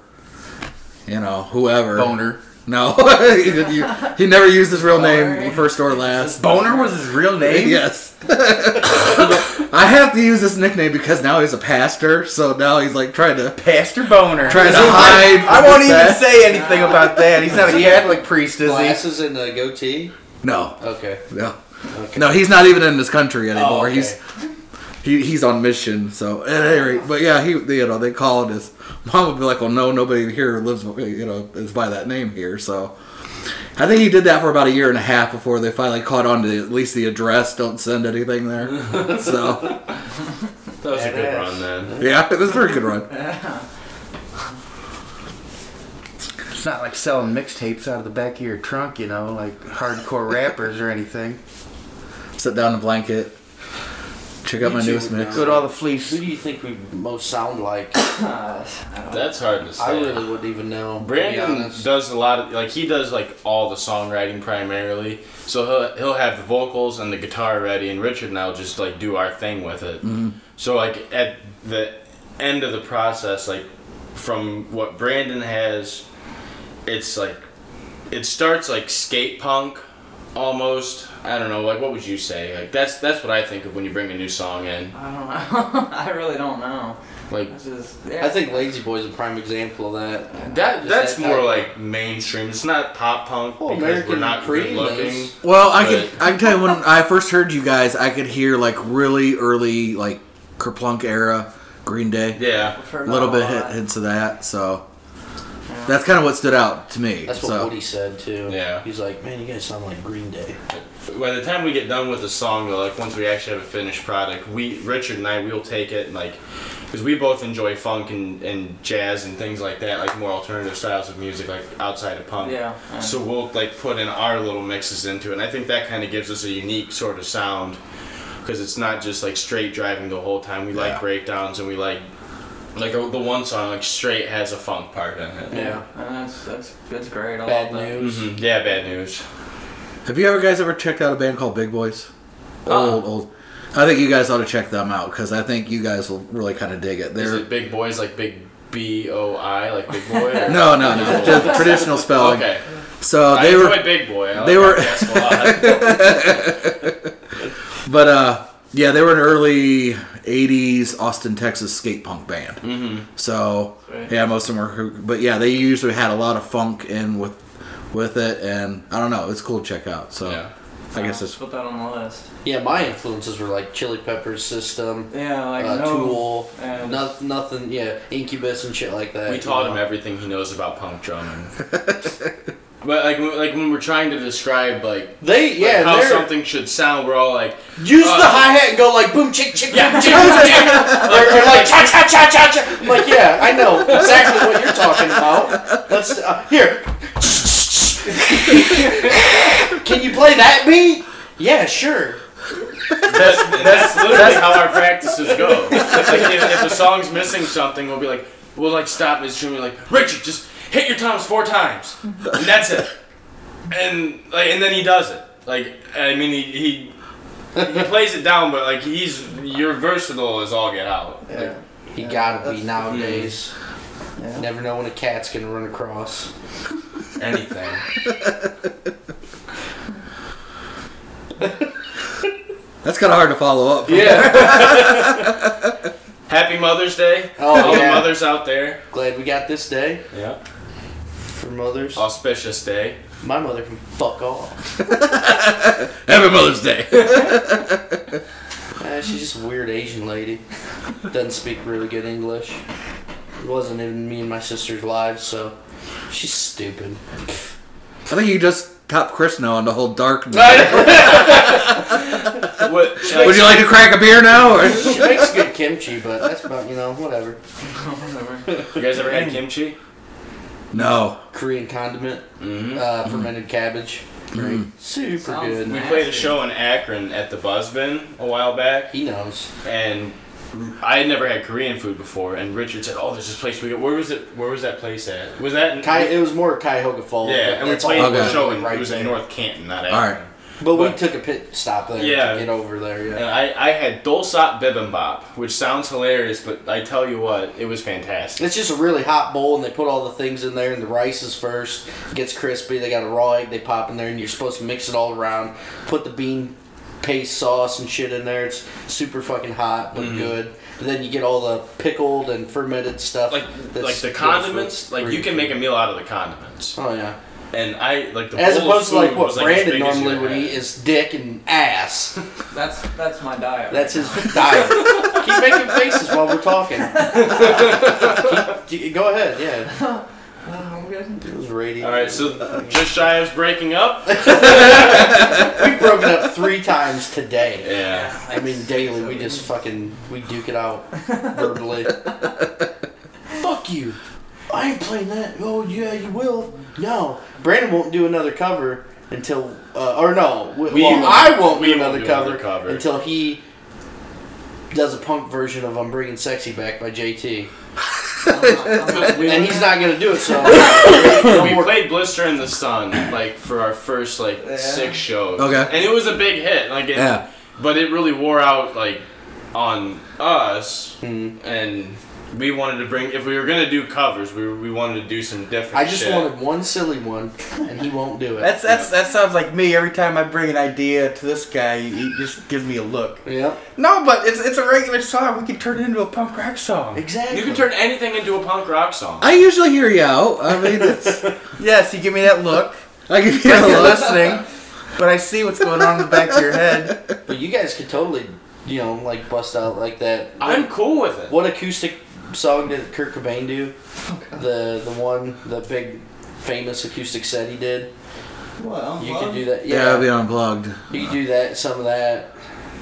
D: you know, whoever
G: Boner.
D: No, he, didn't u- he never used his real name, first or last.
G: Boner was his real name.
D: Yes. I have to use this nickname because now he's a pastor, so now he's like trying to
G: Pastor Boner.
D: trying to
G: He's
D: hide.
G: like, I won't even
D: that.
G: say anything about that. He's not a Catholic priest, is he?
E: Glasses and a goatee.
D: No,
E: Okay. Oh,
D: no, no. He's not even in this country anymore.
E: okay.
D: He's he, he's on mission. So at any rate, but yeah, he you know they called his mom would be like, well, no, nobody here lives you know is by that name here. So I think he did that for about a year and a half before they finally caught on to at least the address. Don't send anything there. so
F: That was a good
E: Badass.
F: run then.
D: yeah, it was a very good run.
G: It's not like selling mixtapes out of the back of your trunk, you know, like hardcore rappers or anything.
D: Sit down in a blanket. Check out my
E: You
D: newest
E: too,
D: mix.
E: man.
G: Go to all the
E: Who
G: fleece.
E: do you think we most sound like?
F: That's hard to say.
E: I really wouldn't even know. to be
F: Brandon
E: honest.
F: does a lot of like he does like all the songwriting primarily. So he'll he'll have the vocals and the guitar ready, and Richard and I'll just like do our thing with it.
E: Mm-hmm.
F: So like at the end of the process, like from what Brandon has, it's like it starts like skate punk almost. I don't know. Like what would you say? Like that's that's what I think of when you bring a new song in.
C: I don't know. I really don't know.
F: Like
C: This is. Yeah.
E: I think Lazy Boy is a prime example of that.
F: that
E: Is
F: that's
E: that
F: more
E: type-
F: like mainstream. It's not pop punk
E: Well,
F: because we're
E: Oh, American
F: not
E: Creed
F: good looking.
E: is-
D: Well, I
F: But-
D: could I can tell you when I first heard you guys, I could hear like really early like Kerplunk era Green Day,
F: Yeah.
C: For
D: a little
C: not
D: bit
C: a
D: hit,
C: lot.
D: hints of that. So that's kind of what stood out to me.
E: That's what
D: so
E: Woody said too.
F: Yeah.
E: He's like, man, you guys sound like Green Day.
F: By the time we get done with the song, though, like once we actually have a finished product, we Richard and I we'll take it and like because we both enjoy funk and, and jazz and things like that, like more alternative styles of music, like outside of punk.
C: Yeah, yeah.
F: So we'll like put in our little mixes into it, and I think that kind of gives us a unique sort of sound because it's not just like straight driving the whole time. We like breakdowns and we like Like uh, the one song, like straight has a funk part in it.
E: Yeah.
C: And that's that's that's great. I
E: Bad
C: love that.
E: news.
F: Mhm, Yeah, bad news.
D: Have you ever guys ever checked out a band called Big Boys?
F: Uh-uh.
D: Old, old. I think you guys ought to check them out because I think you guys will really kind of dig it.
F: Is
D: They're
F: it big boys like big B O I like big boy? or-
D: no, no, no, just traditional spelling.
F: Okay.
D: So
F: I
D: they
F: enjoy
D: were,
F: big boy. I
D: they
F: like
D: were-
F: that guess a lot.
D: but uh, yeah, they were an early '80s Austin, Texas skate punk band. So
C: Right.
D: yeah, most of them were, but yeah, they usually had a lot of funk in with with it, and I don't know, it's cool to check out. So
F: Yeah.
D: I guess it's
C: put that on the list.
E: Yeah, my influences were like Chili Peppers, System,
C: Yeah, like
E: uh,
C: no.
E: Tool,
C: and-
E: noth- nothing. Yeah, Incubus and shit like that.
F: We
E: you
F: taught
E: know.
F: him everything he knows about punk drumming. but like, when- like when we're trying to describe like,
E: They
F: like,
E: yeah,
F: how
E: they're,
F: something should sound, we're all like,
E: use
F: uh,
E: the hi hat and go like boom chick chick
F: Yeah.
E: boom chick boom chick. Or, or like cha cha cha cha cha. I'm like yeah, I know exactly what you're talking about. Let's uh, here. Can you play that beat? Yeah, sure.
F: that's, that's literally how our practices go. Like if, if a song's missing something, we'll be like, we'll like stop his stream. We're like, Richard, just hit your toms four times, and that's it. And like, and then he does it. Like, I mean, he he, he plays it down, but like he's you're versatile as all get out.
C: Yeah.
E: You gotta be nowadays.
C: Yeah.
E: Never know when a cat's gonna run across.
F: anything.
D: that's kind of hard to follow up.
E: Yeah.
F: Happy Mother's Day.
E: Oh,
F: all the
E: yeah.
F: mothers out there.
E: Glad we got this day
F: Yeah.
E: for mothers.
F: Oh. Auspicious day.
E: My mother can fuck off.
D: Happy Mother's Day.
E: Eh, she's just a weird Asian lady. Doesn't speak really good English. It wasn't in me and my sister's lives, so she's stupid.
D: I think you just topped Chris now on the whole dark.
F: What?
D: Would you like to crack a beer now? Or?
E: She makes good kimchi, but that's about you know whatever.
C: Whatever.
F: you guys ever
D: Mm.
F: had kimchi?
D: No.
E: Korean condiment,
F: Mm-hmm.
E: uh, fermented cabbage, Mm-hmm. super
C: Sounds
E: good.
F: We
C: nice.
F: played a show in Akron at the Buzzbin a while back,
E: He knows.
F: and I had never had Korean food before. And Richard said, "Oh, there's this place we go. Where was it? Where was that place at? Was that in
E: Ki- it was more Cuyahoga Falls. but
F: Yeah, and we
E: that's all
F: played
D: Okay.
F: the show in,
E: right
F: it was
E: there.
F: in North Canton, not
D: All
F: Akron.
D: right.
E: But we
F: But-
E: took a pit stop there
F: Yeah.
E: to get over there. Yeah.
F: And I, I had dulsat bibimbap, which sounds hilarious, but I tell you what, it was fantastic.
E: It's just a really hot bowl, and they put all the things in there, and the rice is first, gets crispy. They got a raw egg they pop in there, and you're supposed to mix it all around. Put the bean paste sauce and shit in there. It's super fucking hot, but
F: Mm-hmm.
E: good. And then you get all the pickled and fermented stuff.
F: Like
E: that's
F: like the
E: goes
F: condiments,
E: with
F: like you
E: Korean
F: can
E: food.
F: make a meal out of the condiments.
E: Oh yeah.
F: And I like the
E: As
F: bowl
E: opposed
F: of
E: to
F: food
E: like what
F: was, like, as
E: Brandon
F: big as
E: normally
F: your
E: would
F: head.
E: eat is dick and ass.
C: That's that's my diet.
E: That's his diet. Keep making faces while we're talking. Keep- go ahead. Yeah.
C: Oh, I'm good.
E: It was radio.
F: All right, so just shy of breaking up.
E: We've broken up three times today.
F: Yeah.
E: I mean, daily. We just fucking we duke it out verbally. Fuck you. I ain't playing that. Oh yeah, you will. No, Brandon won't do another cover until, uh, or no, we,
F: We
E: well,
F: won't-
E: I won't
F: we
E: do,
F: won't
E: another,
F: do
E: cover
F: another cover.
E: until he does a punk version of "I'm Bringing Sexy Back" by JT,
C: I'm not- I'm not doing
E: and he's not gonna do it. So
F: we played Blister in the Sun like for our first like six shows.
D: Okay.
F: And it was a big hit. Like it,
D: Yeah.
F: but it really wore out like on us
E: Mm-hmm.
F: and we wanted to bring if we were gonna do covers, we, we wanted to do some different
E: I just
F: shit.
E: wanted one silly one, and he won't do it.
G: That's that's that sounds like me. Every time I bring an idea to this guy, he just gives me a look.
E: yep,
G: No, but it's it's a regular song. We could turn it into a punk rock song.
E: exactly.
F: You can turn anything into a punk rock song.
D: I usually hear you out. I mean, it's,
G: Yes, you give me that look.
D: I give you a
G: You're
D: look.
G: listening, but I see what's going on in the back of your head.
E: But you guys could totally, you know, like bust out like that.
F: I'm cool with it.
E: What acoustic song did Kurt Cobain do? The the one, the big famous acoustic set he did.
C: Well,
E: You
C: well,
E: could do that.
D: Yeah,
E: Yeah,
D: I'll be unplugged.
E: you could do that. Some of that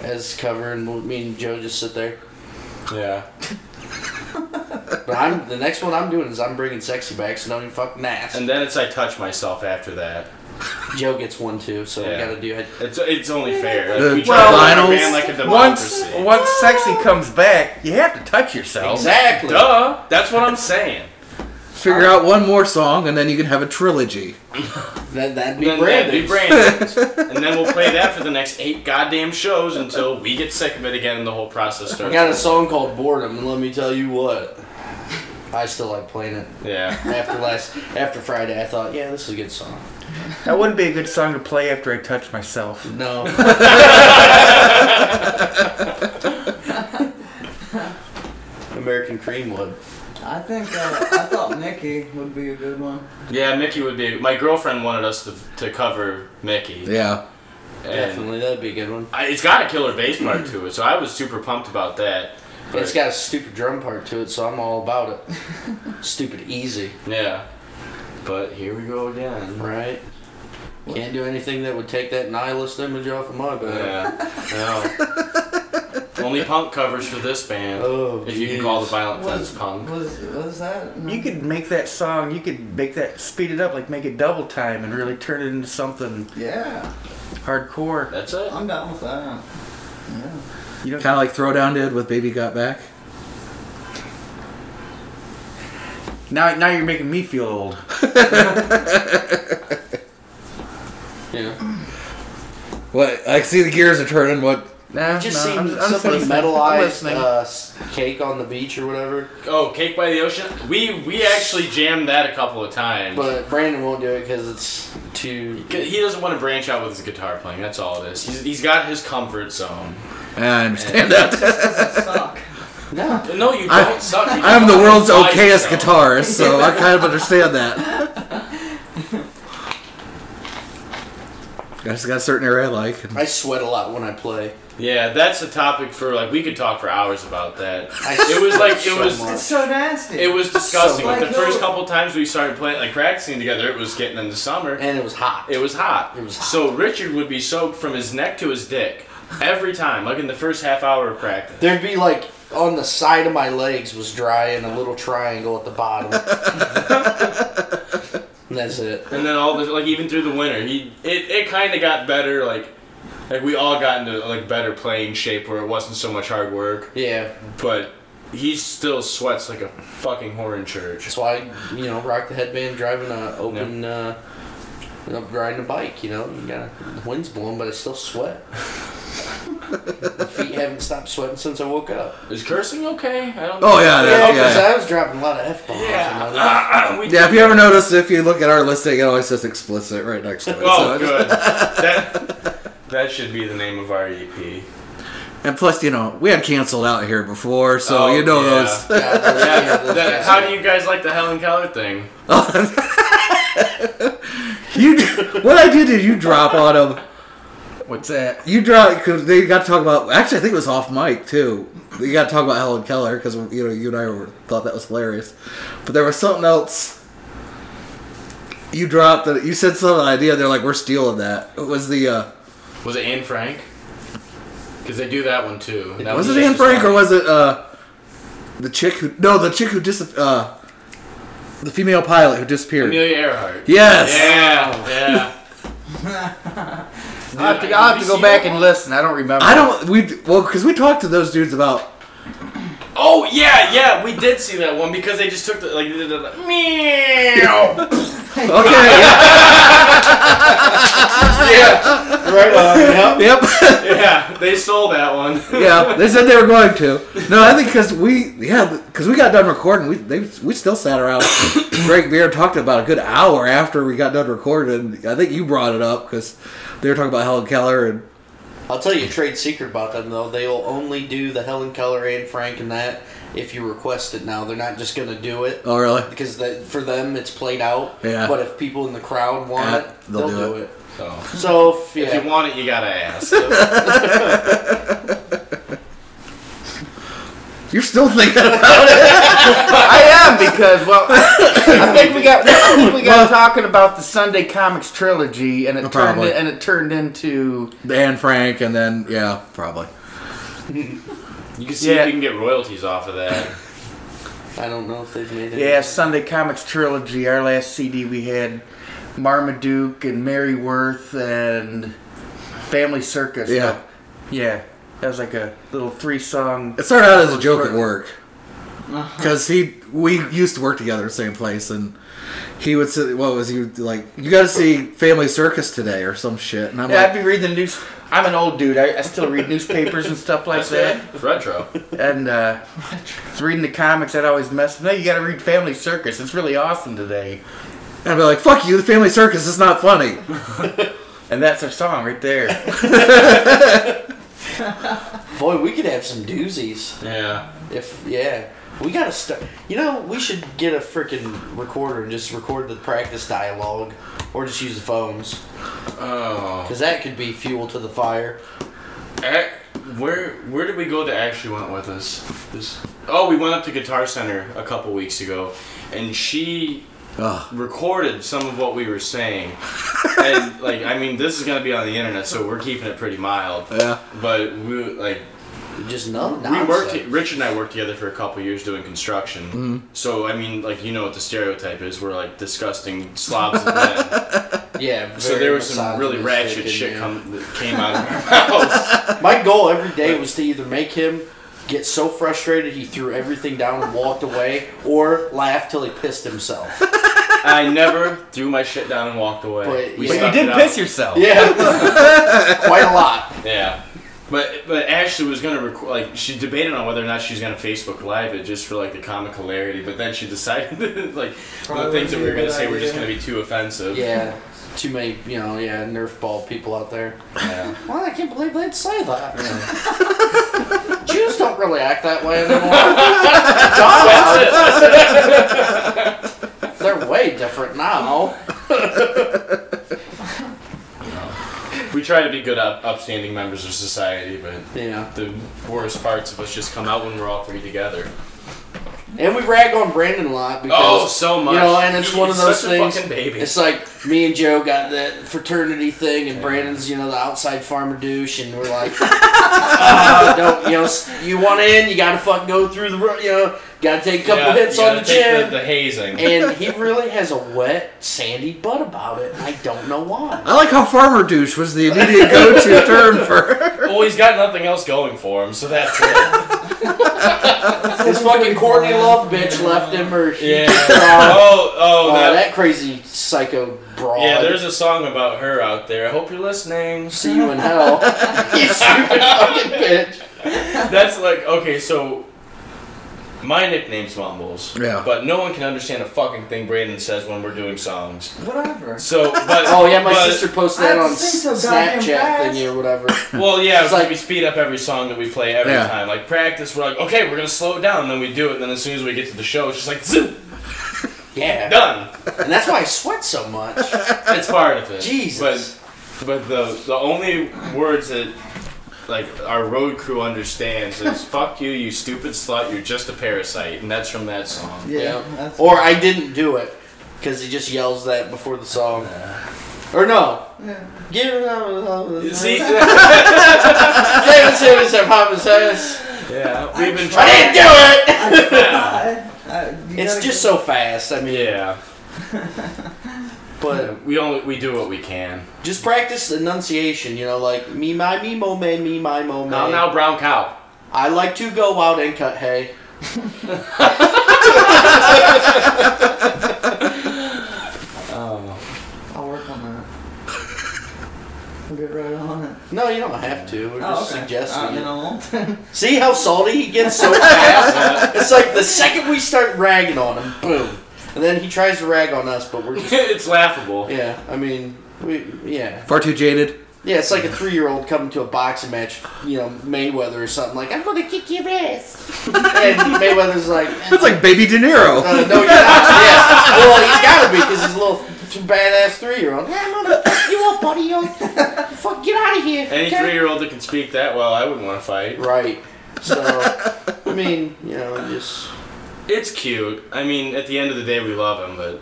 E: as cover, and we'll- me and Joe just sit there.
F: Yeah.
E: But I'm the next one I'm doing is I'm bringing sexy back, so don't even fucking ask.
F: And then it's I touch myself after that.
E: Joe gets one too, so we
F: Yeah.
E: gotta do it.
F: It's it's only fair.
D: The
F: Like, we try
D: Well,
F: to run a band
D: finals-
F: like a
G: Once
F: democracy.
G: once sexy comes back, you have to touch yourself.
E: Exactly.
F: Duh. That's what I'm saying.
D: Figure out one more song, and then you can have a trilogy.
E: That that'd be
F: Then
E: brand
F: that'd be Brandon's. and then we'll play that for the next eight goddamn shows until we get sick of it again and the whole process
E: I
F: starts.
E: got a song called Boredom, and let me tell you what. I still like playing it.
F: Yeah.
E: After last, after Friday, I thought, yeah, this is a good song.
G: That wouldn't be a good song to play after I touch myself.
E: No, American Cream would.
C: I think uh, I thought Mickey would be a good one.
F: Yeah, Mickey would be. My girlfriend wanted us to, to cover Mickey.
D: Yeah.
F: And
E: Definitely, that'd be a good one.
F: I, it's got a killer bass part to it, so I was super pumped about that. But,
E: It's got a stupid drum part to it, so I'm all about it. stupid easy,
F: Yeah. But here we go again.
E: right? Can't do anything that would take that nihilist image off of my back.
F: Yeah. no. Only punk covers for this band.
E: Oh,
F: if you can
E: jeez.
F: call the violent
C: Was
F: fence punk.
C: was was that?
G: You could make that song, you could make that speed it up, like make it double time and really turn it into something
C: Yeah,
G: hardcore.
F: That's it.
C: I'm down with that.
G: You don't
D: Kind of like Throwdown did with Baby Got Back.
G: now now you're making me feel old.
E: Yeah.
D: What? I see the gears are turning. What?
G: Nah,
E: I just
G: nah,
E: seen
G: I'm- I'm just
E: somebody
G: listening. I'm
E: metalized
G: listening.
E: uh, s- cake on the beach or whatever,
F: Oh, Cake by the Ocean. We we actually jammed that a couple of times.
E: but Brandon won't do it because it's too.
F: he doesn't want to branch out with his guitar playing. That's all it is. He's, he's got his comfort zone.
D: I understand that.
C: Suck.
E: No,
F: No, you don't
D: I-
F: suck. You
D: I am the
F: don't
D: world's
F: apply
D: okayest
F: yourself.
D: guitarist, so I kind of understand that. I just got a certain area I like. and-
E: I sweat a lot when I play.
F: Yeah, that's a topic for like we could talk for hours about that.
E: I
F: It was like it
E: so
F: was
E: much.
C: It's so nasty.
F: it was disgusting. like
C: Like,
F: the first
C: no.
F: couple times we started playing like practicing together, it was getting into summer.
E: and it was hot.
F: It was hot.
E: It was hot.
F: So Richard would be soaked from his neck to his dick every time, like in the first half hour of practice.
E: There'd be like on the side of my legs was dry and a little triangle at the bottom. and that's it.
F: And then all the like even through the winter, he it, it kind of got better. Like like we all got into like better playing shape where it wasn't so much hard work.
E: Yeah,
F: But he still sweats like a fucking whore in church.
E: that's why you know rock the headband driving a open. Uh, you know, riding a bike, you know, you got the wind's blowing, but I still sweat. My feet haven't stopped sweating since I woke up.
F: Is cursing okay? I don't.
D: Oh yeah,
E: Yeah,
D: that,
E: because
D: yeah.
E: I was dropping a lot of f bombs.
F: we
D: Yeah, if you ever notice, if you look at our listing, it always says explicit right next to it.
F: Oh,
D: So-
F: good. that that should be the name of our E EP.
D: And plus, you know, we had canceled out here before, so
F: Oh,
D: you know
F: yeah.
D: those.
F: Yeah, that, how do you guys like the Helen Keller thing?
D: You, what I did is you drop on them. What's that? You drop because they got to talk about. Actually, I think it was off mic too. You got to talk about Helen Keller because you know you and I were, thought that was hilarious, but there was something else. You dropped that. You said some idea. They're like, we're stealing that. It was the uh,
F: Was it Anne Frank? Because they do that one too. That
D: was,
F: was
D: it Anne
F: just
D: Frank
F: fine.
D: or was it uh, the chick who? No, the chick who dis uh, the female pilot who disappeared.
F: Amelia Earhart?
D: Yes.
F: Yeah, yeah.
G: I'll have to, I'll have to go back and listen. I don't remember.
D: I don't. We well because we talked to those dudes about.
F: Oh yeah, yeah. We did see that one because they just took the like. The, the, the, meow.
D: Okay. Yeah.
E: Right on. Yeah.
D: yep.
F: yeah, they stole that one.
D: Yeah. They said they were going to. No, I think because we yeah because we got done recording. We they, we still sat around. Greg Beer talked about a good hour after we got done recording. and I think you brought it up because they were talking about Helen Keller and
E: I'll tell you a trade secret about them though. They will only do the Helen Keller and Frank and that if you request it now. They're not just gonna do it uh,
D: oh really?
E: because that for them it's played out.
D: Yeah.
E: But if people in the crowd want
D: Yeah,
E: it,
D: they'll
E: they'll,
D: do
E: do it.
F: So
E: So if, yeah.
F: if you want it, you gotta ask.
D: You're still thinking about
G: I am because well, I think we got I think we got talking about the Sunday comics trilogy, and it
D: No
G: turned
D: problem.
G: and it turned into
D: Anne Frank and then yeah probably.
F: You can see
G: Yeah.
F: if you can get royalties off of that.
E: I don't know if they've made it.
G: yeah Sunday comics trilogy. Our last CD we had Marmaduke and Mary Worth and Family Circus.
D: Yeah.
G: Yeah. That was like a little three song.
D: It started out as a joke at work because he we used to work together at the same place, and he would say, "What was he like? You got to see Family Circus today or some shit." And I'm
G: Yeah, I'd
D: like,
G: be reading the news. I'm an old dude. I, I still read newspapers and stuff like that.
F: It's retro.
G: And uh, reading the comics, I'd always mess. No, you got to read Family Circus. It's really awesome today.
D: and I'd be like, "Fuck you, the Family Circus is not funny."
G: And that's their song right there.
E: Boy, we could have some doozies.
F: Yeah.
E: If yeah, we gotta start. You know, we should get a freaking recorder and just record the practice dialogue, or just use the phones,
F: Oh.
E: because that could be fuel to the fire.
F: Ac- where where did we go that actually went with us? This, oh, we went up to Guitar Center a couple weeks ago, and she
D: Ugh.
F: recorded some of what we were saying. and like, I mean, this is gonna be on the internet, so we're keeping it pretty mild.
D: Yeah.
F: But we like
E: Just no
F: we worked.
E: nonsense.
F: Richard and I worked together for a couple years doing construction.
D: Mm-hmm.
F: So I mean, like you know what the stereotype is? We're like disgusting slobs of men.
E: Yeah.
F: So
E: very
F: there was some really
E: misogynistic
F: ratchet
E: and,
F: shit
E: yeah.
F: come, that came out of our mouths.
E: My goal every day was to either make him get so frustrated he threw everything down and walked away, or laugh till he pissed himself.
F: I never threw my shit down and walked away.
E: But-
F: We
E: but you
F: stuck
G: you
F: it
G: did
F: out.
G: piss yourself.
E: Yeah. Quite a lot.
F: Yeah. But but Ashley was gonna record like she debated on whether or not she's gonna Facebook Live it just for like the comic hilarity, but then she decided that, like the
C: Probably
F: things that we
C: a
F: were gonna
C: good
F: say were just
C: idea.
F: gonna be too offensive.
E: Yeah. Too many, you know, yeah, Nerf ball people out there.
F: Yeah.
E: Well, I can't believe they'd say that. Jews don't really act that way anymore. They're way different now.
F: We try to be good up, upstanding members of society, but
E: Yeah.
F: the worst parts of us just come out when we're all three together.
E: And we rag on Brandon a lot because
F: Oh, so much.
E: You know, and it's
F: He's
E: one of those
F: such a
E: things.
F: fucking baby.
E: It's like me and Joe got that fraternity thing, and Brandon's you know the outside farmer douche, and we're like, "Ah, don't you know s- you want in, you got to fucking go through the ro- you know got to take a couple
F: Yeah,
E: hits
F: you
E: on
F: gotta
E: the
F: take
E: chin.
F: The, the hazing.
E: and he really has a wet, sandy butt about it. I don't know why.
D: I like how farmer douche was the immediate go-to term for.
F: well, he's got nothing else going for him, so that's it.
E: His fucking Courtney Love bitch left him, or he
F: Yeah.
E: Oh,
F: Oh, oh,
E: that,
F: that,
E: crazy psycho broad.
F: Yeah, there's a song about her out there. I hope you're listening.
E: see you in hell. you stupid fucking bitch.
F: That's like okay, so my nickname's Mumbles.
D: Yeah.
F: But no one can understand a fucking thing Brandon says when we're doing songs.
C: Whatever.
F: So, but
E: Oh yeah, my
F: but-
E: sister posted that
C: I
E: on
C: think so goddamn
E: Snapchat
C: fast.
E: thingy or whatever.
F: Well, yeah,
E: It's
F: like,
E: like-
F: we speed up every song that we play every
D: Yeah.
F: time. Like practice, we're like, okay, we're gonna slow it down, and then we do it. And then as soon as we get to the show, it's just like, zoom,
E: Yeah,
F: done.
E: and that's why I sweat so much.
F: It's part of it.
E: Jesus.
F: But, but the the only words that like our road crew understands is "fuck you, you stupid slut, you're just a parasite," and that's from that song.
C: that's-
E: Or I didn't do it because he just yells that before the song. Or no. Get it out of the-
F: See,
E: Take it serious, I promise, yes.
F: yeah, we've been
E: I
F: trying.
E: didn't do it.
C: I- I- you
E: It's
C: gotta
E: just so fast. I mean,
F: Yeah,
E: but
F: we only we do what we can.
E: just practice enunciation. You know, like me, my, me, mo, me, me, my, mo, me.
F: Now, now, brown cow.
E: I like to go out and cut hay.
C: get- I'll work on that. I'll get right on it.
E: No, you don't have to. We're
C: Oh,
E: just
C: okay.
E: suggesting.
C: Uh,
E: it.
C: then I won't.
E: See how salty he gets so fast? it's like the second we start ragging on him, boom. And then he tries to rag on us, but we're just.
F: it's laughable.
E: Yeah, I mean, we, yeah.
D: Far too jaded.
E: Yeah, it's like a three year old coming to a boxing match, you know, Mayweather or something, like, I'm going to kick your ass. and Mayweather's like,
D: It's like Baby De Niro.
E: uh, no, you're not. Yeah. Well, he's got to be because he's a little badass three year old. Yeah, I'm going to fuck you up, buddy. Yo. Fuck, get out of here.
F: Any
E: okay?
F: three year old that can speak that well, I wouldn't want to fight.
E: Right. So, I mean, you know, just.
F: It's cute. I mean, at the end of the day, we love him, but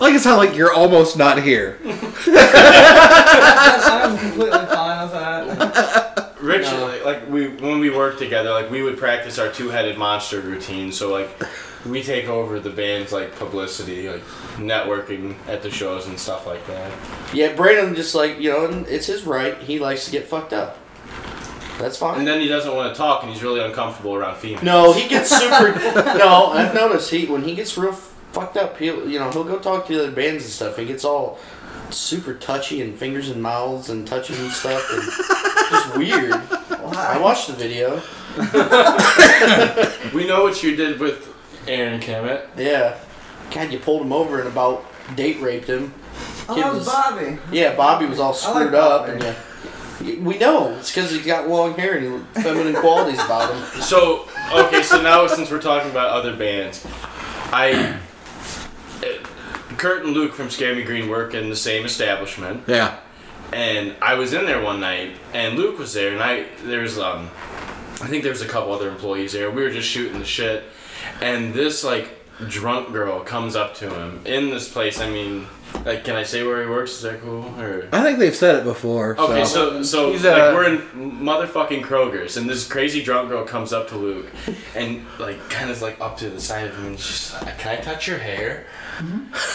D: Like it sounds like you're almost not here.
C: I'm completely fine with that.
F: Rich,
E: No.
F: like, like we when we worked together, like we would practice our two-headed monster routine. So like, we take over the band's like publicity, like networking at the shows and stuff like that.
E: Yeah, Brandon just like you know, and it's his right. He likes to get fucked up. That's fine.
F: And then he doesn't want to talk, and he's really uncomfortable around females.
E: no, he gets super. no, I've noticed he when he gets real fucked up, he'll you know he'll go talk to the other bands and stuff. He gets all super touchy and fingers and mouths and touching and stuff. And just weird. I watched the video.
F: We know what you did with Aaron Kemet.
E: Yeah, God, you pulled him over and about date raped him.
C: Oh,
E: Kid
C: that was
E: was-
C: Bobby.
E: Yeah, Bobby was all
C: like
E: screwed up,
C: Bobby.
E: and yeah, we know it's because he's got long hair and feminine qualities about him.
F: So okay, so now since we're talking about other bands, I. Kurt and Luke from Scammy Green work in the same establishment.
D: Yeah.
F: and I was in there one night, and Luke was there, and I there was um, I think there was a couple other employees there. We were just shooting the shit, and this like drunk girl comes up to him in this place. I mean, like, can I say where he works? Is that cool? Or
D: I think they've said it before.
F: okay, so so
G: He's
F: like
G: a-
F: we're in motherfucking Kroger's, and this crazy drunk girl comes up to Luke, and like kind of like up to the side of him, and she's like, "Can I touch your hair?"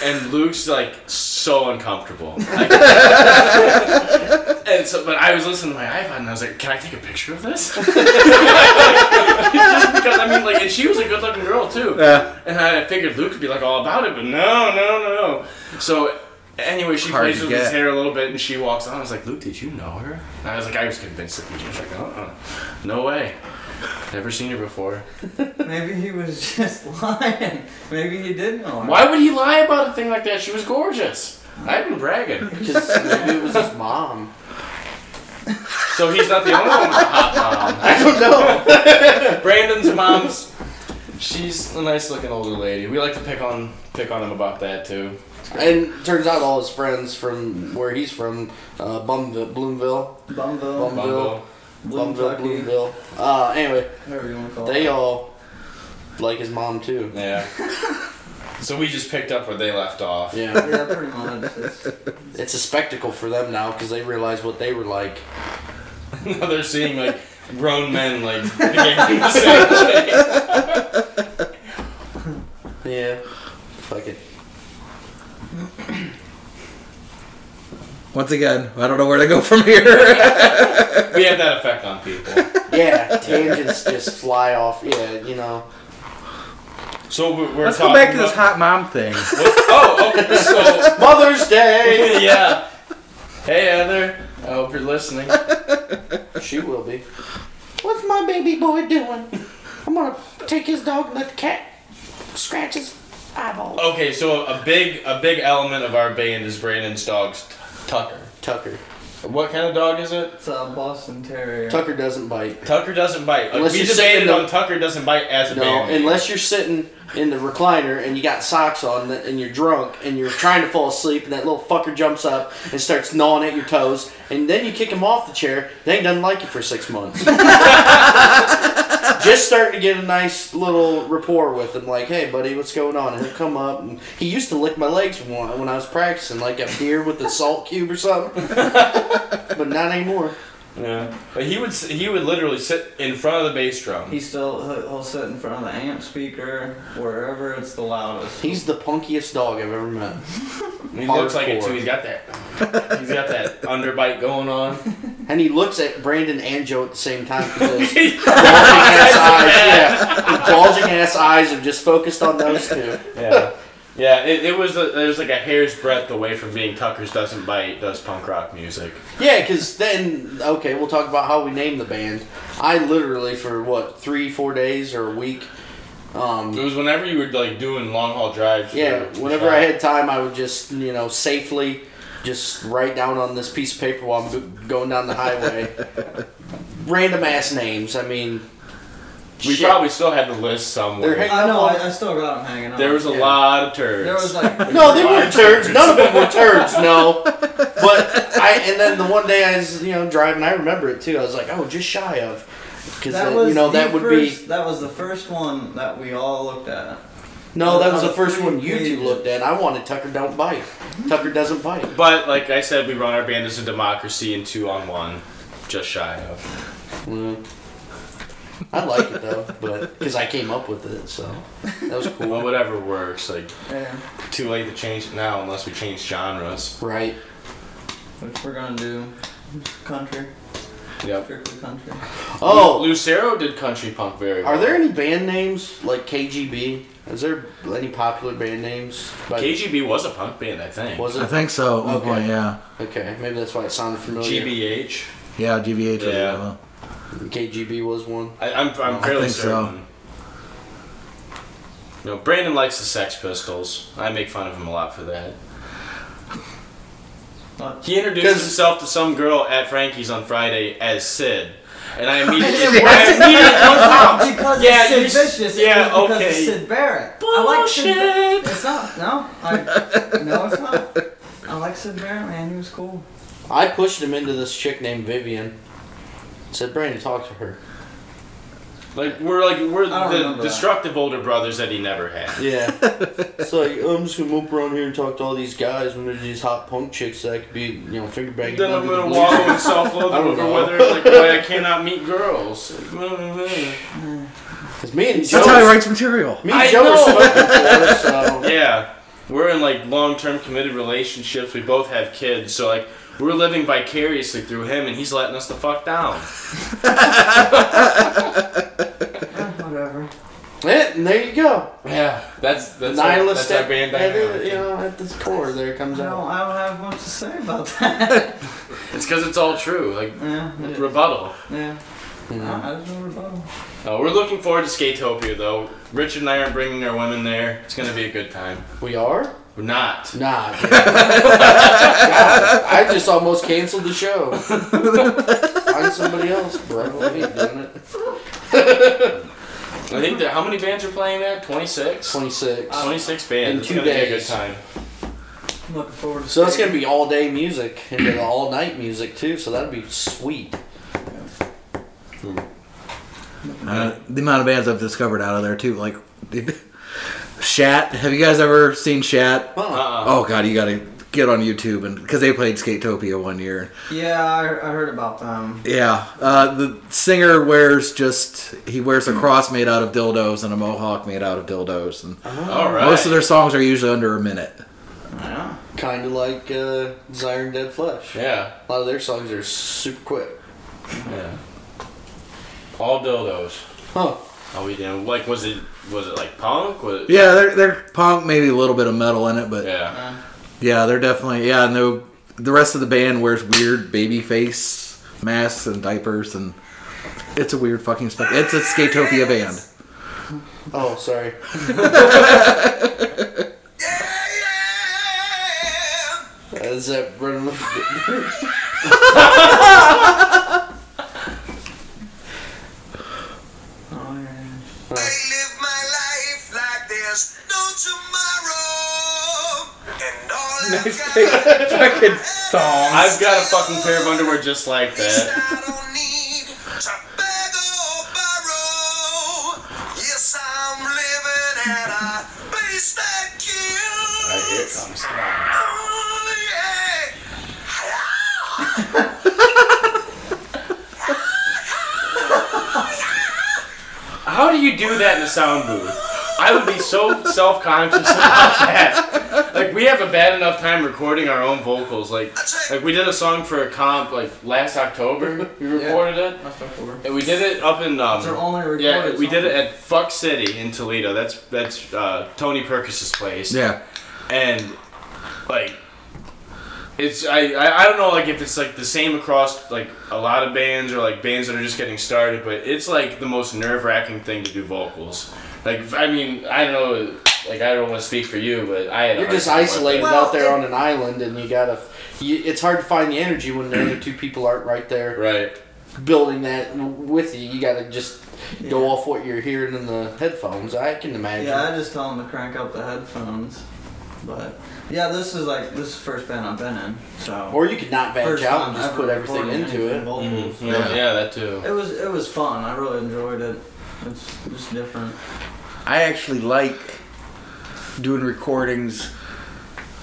F: And Luke's like so uncomfortable. Like- and so, but I was listening to my iPod, and I was like, "Can I take a picture of this?" Just because I mean, like, and she was a good-looking girl too.
D: Yeah.
F: And I figured Luke would be like all about it, but no, no, no, no. So anyway, she
D: Hard
F: plays
D: to
F: with his
D: get.
F: hair a little bit, and she walks on. I was like, Luke, did you know her? And I was like, I was convinced that he was like, uh-uh. no way. Never seen her before.
C: Maybe he was just lying. Maybe he did know. her.
F: Why would he lie about a thing like that? She was gorgeous. I've been bragging.
E: Because maybe it was his mom.
F: So he's not the only one with a hot mom.
E: I don't know.
F: Brandon's mom's she's a nice looking older lady. We like to pick on pick on him about that too.
E: And turns out all his friends from where he's from, uh, Bumville, Bloomville,
C: Bumbo,
F: Bumble.
E: Bumville, Bumville,
C: Bloomfucky,
E: Bloomville. Uh, anyway,
C: whatever you want to call
E: they
C: it.
E: all like his mom too.
F: Yeah. So we just picked up where they left off.
E: Yeah,
C: Yeah, pretty much. It's-
E: it's a spectacle for them now because they realize what they were like.
F: Now they're seeing like grown men like behaving the same way.
E: Yeah, fuck it.
D: Once again, I don't know where to go from here.
F: We have that effect on people.
E: Yeah, tangents just fly off. Yeah, you know.
F: So we- we're
G: Let's
F: talking
G: go back to this
F: about-
G: hot mom thing.
F: Oh, okay. So
E: Mother's Day.
F: yeah. Hey Heather, I hope you're listening.
E: She will be. What's my baby boy doing? I'm gonna take his dog and let the cat scratch his eyeball.
F: Okay, so a big a big element of our band is Brandon's dog t- Tucker.
E: Tucker.
F: What kind of dog is it?
C: It's a Boston Terrier.
E: Tucker doesn't bite.
F: Tucker doesn't bite. Like,
E: Unless
F: we
E: you're sitting
F: debated
E: in-
F: on Tucker doesn't bite as a
E: No,
F: band.
E: unless you're sitting in the recliner and you got socks on th- and you're drunk and you're trying to fall asleep and that little fucker jumps up and starts gnawing at your toes and then you kick him off the chair, then he doesn't like you for six months. Just starting to get a nice little rapport with him, like, "Hey, buddy, what's going on?" And he'll come up, and he used to lick my legs when when I was practicing, like a beer with a salt cube or something. but not anymore.
F: yeah. But he would s- he would literally sit in front of the bass drum.
C: He still he'll he'll sit in front of the amp speaker wherever it's the loudest.
E: He's the punkiest dog I've ever met.
F: He looks like it
E: Hardcore.
F: too. He's got that. He's got that underbite going on.
E: And he looks at Brandon and Joe at the same time because bulging ass eyes, yeah, His bulging ass eyes are just focused on those two.
F: Yeah. Yeah, it, it was a, it was like a hair's breadth away from being Tucker's doesn't bite does punk rock music.
E: Yeah, because then okay, we'll talk about how we named the band. I literally for what three, four days or a week.
F: It
E: Um,
F: was whenever you were like doing long haul drives.
E: yeah,
F: for-
E: whenever I had time, I would just you know safely just write down on this piece of paper while I'm go- going down the highway. Random ass names. I mean,
F: we
E: shit.
F: probably still had the list somewhere.
E: They're hang-
C: I know. I, I still got him hanging on.
F: there was a
E: Yeah.
F: lot of turds.
C: There was like
E: No, they weren't turds. None of them were turds. No, but I and then the one day I was you know driving, I remember it too. I was like, oh, just shy of,
C: that
E: because
C: was
E: you know
C: the
E: that would
C: first,
E: be
C: that was the first one that we all looked at.
E: no, that was
C: on
E: the first
C: three
E: one you two
C: pages.
E: looked at. I wanted Tucker don't bite. Tucker doesn't bite.
F: But like I said, we run our band as a democracy and two on one, just shy of.
E: Yeah. I like it though, but because I came up with it, so that was
F: Well,
E: cool.
F: whatever works. Like,
C: Yeah.
F: too late to change it now unless we change genres.
E: Right.
C: Which we're gonna do country,
F: Yep.
C: strictly country.
E: Oh,
F: Lucero did country punk very well.
E: are there any band names like KGB? Is there any popular band names? But
F: KGB was a punk band, I think.
E: was
D: I
E: it?
D: think so. At one
E: Okay.
D: point, yeah,
E: Okay, maybe that's why it sounded familiar.
F: GBH?
D: yeah. GBH. was
F: Yeah.
D: another one.
E: KGB was one.
F: I, I'm, I'm
D: I
F: fairly
D: think so.
F: certain. No, Brandon likes the Sex Pistols. I make fun of him a lot for that. He introduced
E: 'Cause-
F: himself to some girl at Frankie's on Friday as Sid, and I immediately, I immediately was out.
C: because
F: Yeah,
C: it's Sid
F: you s-
C: Vicious. It
F: yeah,
C: was because
F: okay.
C: it's Sid Barrett. I like Sid Barrett. It's not. No, I, no, it's not. I like Sid Barrett, man. He was cool.
E: I pushed him into this chick named Vivian. Said Brandon, talk to her.
F: Like we're like we're
C: don't
F: the
C: remember that.
F: destructive older brothers that he never had.
E: Yeah. it's like oh, I'm just gonna move around here and talk to all these guys when there's these hot punk chicks that could be, you know, finger banging.
F: Then I'm
E: under the
F: gonna
E: bleachers.
F: wallow in self-loathing
E: I don't
F: over
E: know.
F: whether like why I cannot meet girls.
E: Cause me and Joe,
D: That's how he writes material.
E: me and
F: I
E: Joe were
F: know.
E: smoking before, so.
F: yeah, we're in like long-term committed relationships. We both have kids, so like we're living vicariously through him, and he's letting us the fuck down.
C: Eh, whatever.
E: Yeah, and there you go.
F: Yeah, that's that's
E: Nihilist
F: our,
E: at-
F: band
E: at,
F: dynamic.
E: you know, at this core, there it comes
C: I don't.
E: out.
C: I don't have much to say about that.
F: It's because it's all true. Like
C: yeah. it-
F: rebuttal.
C: Yeah.
E: Mhm.
C: I, I just remember about him.
F: Uh, we're looking forward to Skatopia though. Richard and I are bringing our women there. It's gonna be a good time.
E: We are?
F: We're not.
E: Nah. dude. God, I just almost canceled the show. Find somebody else, bro. I ain't doing it.
F: I think that how many bands are playing there? Twenty six.
E: 26.
F: Twenty six bands.
E: In
F: it's
E: two
F: gonna be a good
E: days.
F: time.
C: I'm looking forward to.
E: So that's
C: seeing
E: gonna be all day music and then all night music too. So that'd be sweet.
D: Uh, the amount of bands I've discovered out of there too, like Shat. Have you guys ever seen Shat?
F: Uh,
D: Oh god, you gotta get on YouTube and because they played Skatopia one year.
C: it. Yeah, I, I heard about them.
D: Yeah, uh, the singer wears just he wears a cross made out of dildos and a mohawk made out of dildos, and
F: all right.
D: most of their songs are usually under a minute.
C: Yeah.
E: Kind of like uh, Desire and Dead Flesh.
F: yeah.
E: A lot of their songs are super quick.
F: Yeah. All dildos.
E: Huh?
F: Oh, we did. Like, was it was it like punk? Was it,
D: Yeah, they're they're punk, maybe a little bit of metal in it, but yeah,
F: Yeah.
D: they're definitely yeah. No, the rest of the band wears weird baby face masks and diapers, and it's a weird fucking spec. It's a Skatopia band.
E: Oh, sorry. Is that running?
C: Oh, yeah.
H: I live my life like there's no tomorrow. And all I've got
G: Fucking song.
F: I've got a fucking pair of underwear just like
H: is
F: that.
H: I don't need to beg or borrow. Yes, I'm living at a base that kills.
F: Right, here it comes.
H: Oh, yeah.
F: How do you do that in a sound booth? I would be so self conscious about that. Like we have a bad enough time recording our own vocals. Like like we did a song for a comp like last October. We recorded it.
C: That's October.
F: And we did it up in um,
C: It's our only recorded
F: yeah. We
C: song.
F: did it at Fuck City in Toledo. That's that's uh, Tony Perkis's place.
D: Yeah,
F: and like it's I, I I don't know like if it's like the same across like a lot of bands or like bands that are just getting started, but it's like the most nerve wracking thing to do vocals. Like if- I mean I don't know like I don't want to speak for you, but I had a
E: You're
F: hard
E: just
F: time with
E: isolated
F: it.
E: out there on an island, and you gotta. You, it's hard to find the energy when the other two people aren't right there
F: Right.
E: building that with you. You gotta just go off what you're hearing in the headphones. I can imagine.
C: Yeah, I just tell them to crank up the headphones. But yeah, this is like this is the first band I've been in, so
E: Or you could not veg
C: first
E: out
C: time
E: and just
C: ever
E: put everything
C: recording
E: into
C: anything
E: it. Mm-hmm.
C: vocals.
F: Yeah. Mm-hmm. yeah, that too.
C: It was it was fun. I really enjoyed it. It's just different.
G: I actually like doing recordings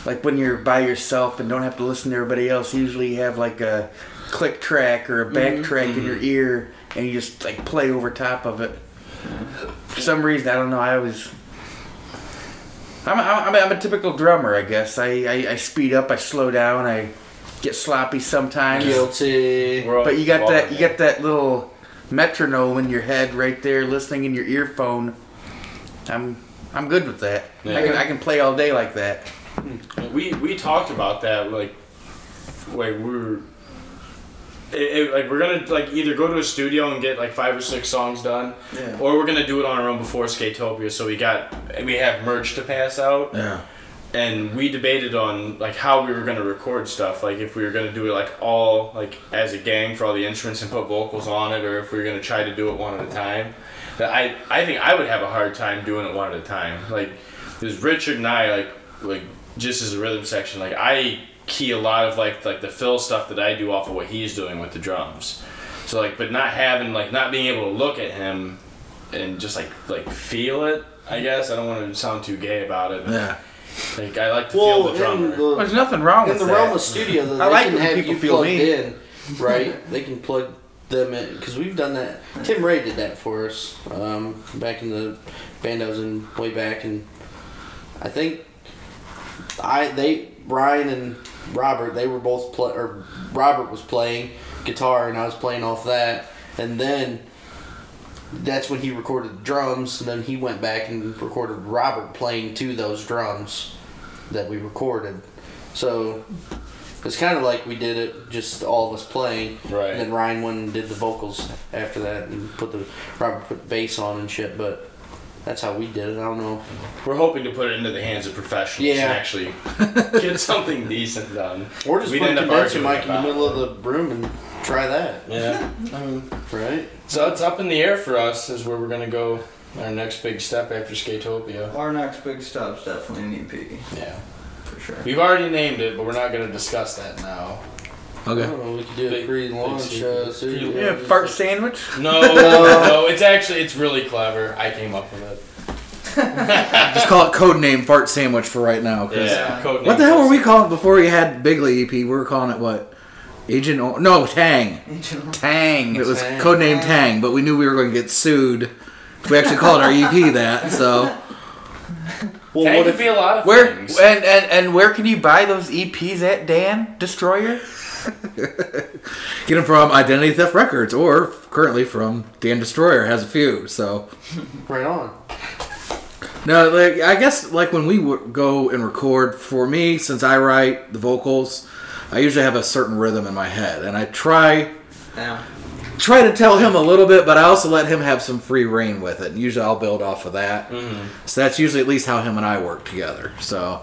G: like when you're by yourself and don't have to listen to everybody else. Usually you have like a click track or a back track in your ear and you just like play over top of it. For some reason, I don't know. I always. I'm a, I'm a, I'm a typical drummer, I guess. I, I, I speed up, I slow down, I get sloppy sometimes.
E: Guilty.
F: We're all
G: But you got
F: involved
G: that
F: in
G: you
F: it.
G: got that little metronome in your head right there, listening in your earphone. I'm I'm good with that. I can I can play all day like that.
F: We we talked about that like like we're it, it- like we're gonna like either go to a studio and get like five or six songs done,
C: Yeah.
F: or we're gonna do it on our own before Skatopia. So we got we have merch to pass out,
D: Yeah.
F: and we debated on like how we were gonna record stuff. Like if we were gonna do it like all like as a gang for all the instruments and put vocals on it, or if we were gonna try to do it one at a time. That I I think I would have a hard time doing it one at a time. Like there's Richard and I like like just as a rhythm section. Like I key a lot of like like the fill stuff that I do off of what he's doing with the drums. So like, but not having like not being able to look at him and just like like feel it. I guess I don't want to sound too gay about it. but,
D: Yeah.
F: Like I like to feel
E: Well,
F: the drummer.
E: in the,
G: There's nothing wrong
E: in
G: with
E: the
G: that.
E: realm of studio, though, they
G: I like
E: can
G: when
E: have
G: people
E: you
G: feel
E: plugged
G: me.
E: in, right? they can plug them in because we've done that. Tim Ray did that for us um, back in the band I was in way back, and I think I they Ryan and Robert they were both play or Robert was playing guitar and I was playing off that, and then that's when he recorded the drums, and then he went back and recorded Robert playing to those drums that we recorded. So it's kind of like we did it, just all of us playing.
F: Right.
E: And then Ryan went and did the vocals after that, and put the Robert put bass on and shit. But that's how we did it. I don't know.
F: We're hoping to put it into the hands of professionals
E: Yeah.
F: and actually get something decent done.
E: Or just
F: We'd
E: put a
F: end up
E: condenser
F: arguing
E: mic in the
F: about it.
E: middle of the room and try that.
F: Yeah.
E: Right.
F: So it's up in the air for us is where we're gonna go our next big step after Skatopia.
C: Our next big stop's definitely an EP,
F: Yeah.
C: for sure.
F: We've already named it, but we're not gonna discuss that now.
E: I
D: Okay.
E: don't know. We could do a
F: Big-
E: pre-launch.
F: big
E: Uh,
F: secret.
E: super-
F: Pre-
G: yeah, fart sandwich.
F: No, no, it's actually it's really clever. I came up with it.
D: Just call it codename Fart Sandwich for right now. 'cause-
F: Code
D: What the hell were we calling it before we had Bigley EP? We were calling it what? Agent o- No, Tang. Tang. It was
E: Tang.
D: codename Tang, but we knew we were going to get sued. We actually called our EP that, so.
G: Well,
F: Tang could be a lot of
G: where and,
F: things.
G: and and where can you buy those EPs at, Dan Destroyer?
D: Get them from Identity Theft Records or currently from Dan Destroyer has a few. So
E: Right on.
D: no, like I guess like when we w- go and record for me, since I write the vocals, I usually have a certain rhythm in my head, and I try
C: Yeah.
D: try to tell him a little bit, but I also let him have some free reign with it. And usually I'll build off of that.
G: Mm-hmm.
D: So that's usually at least how him and I work together. So.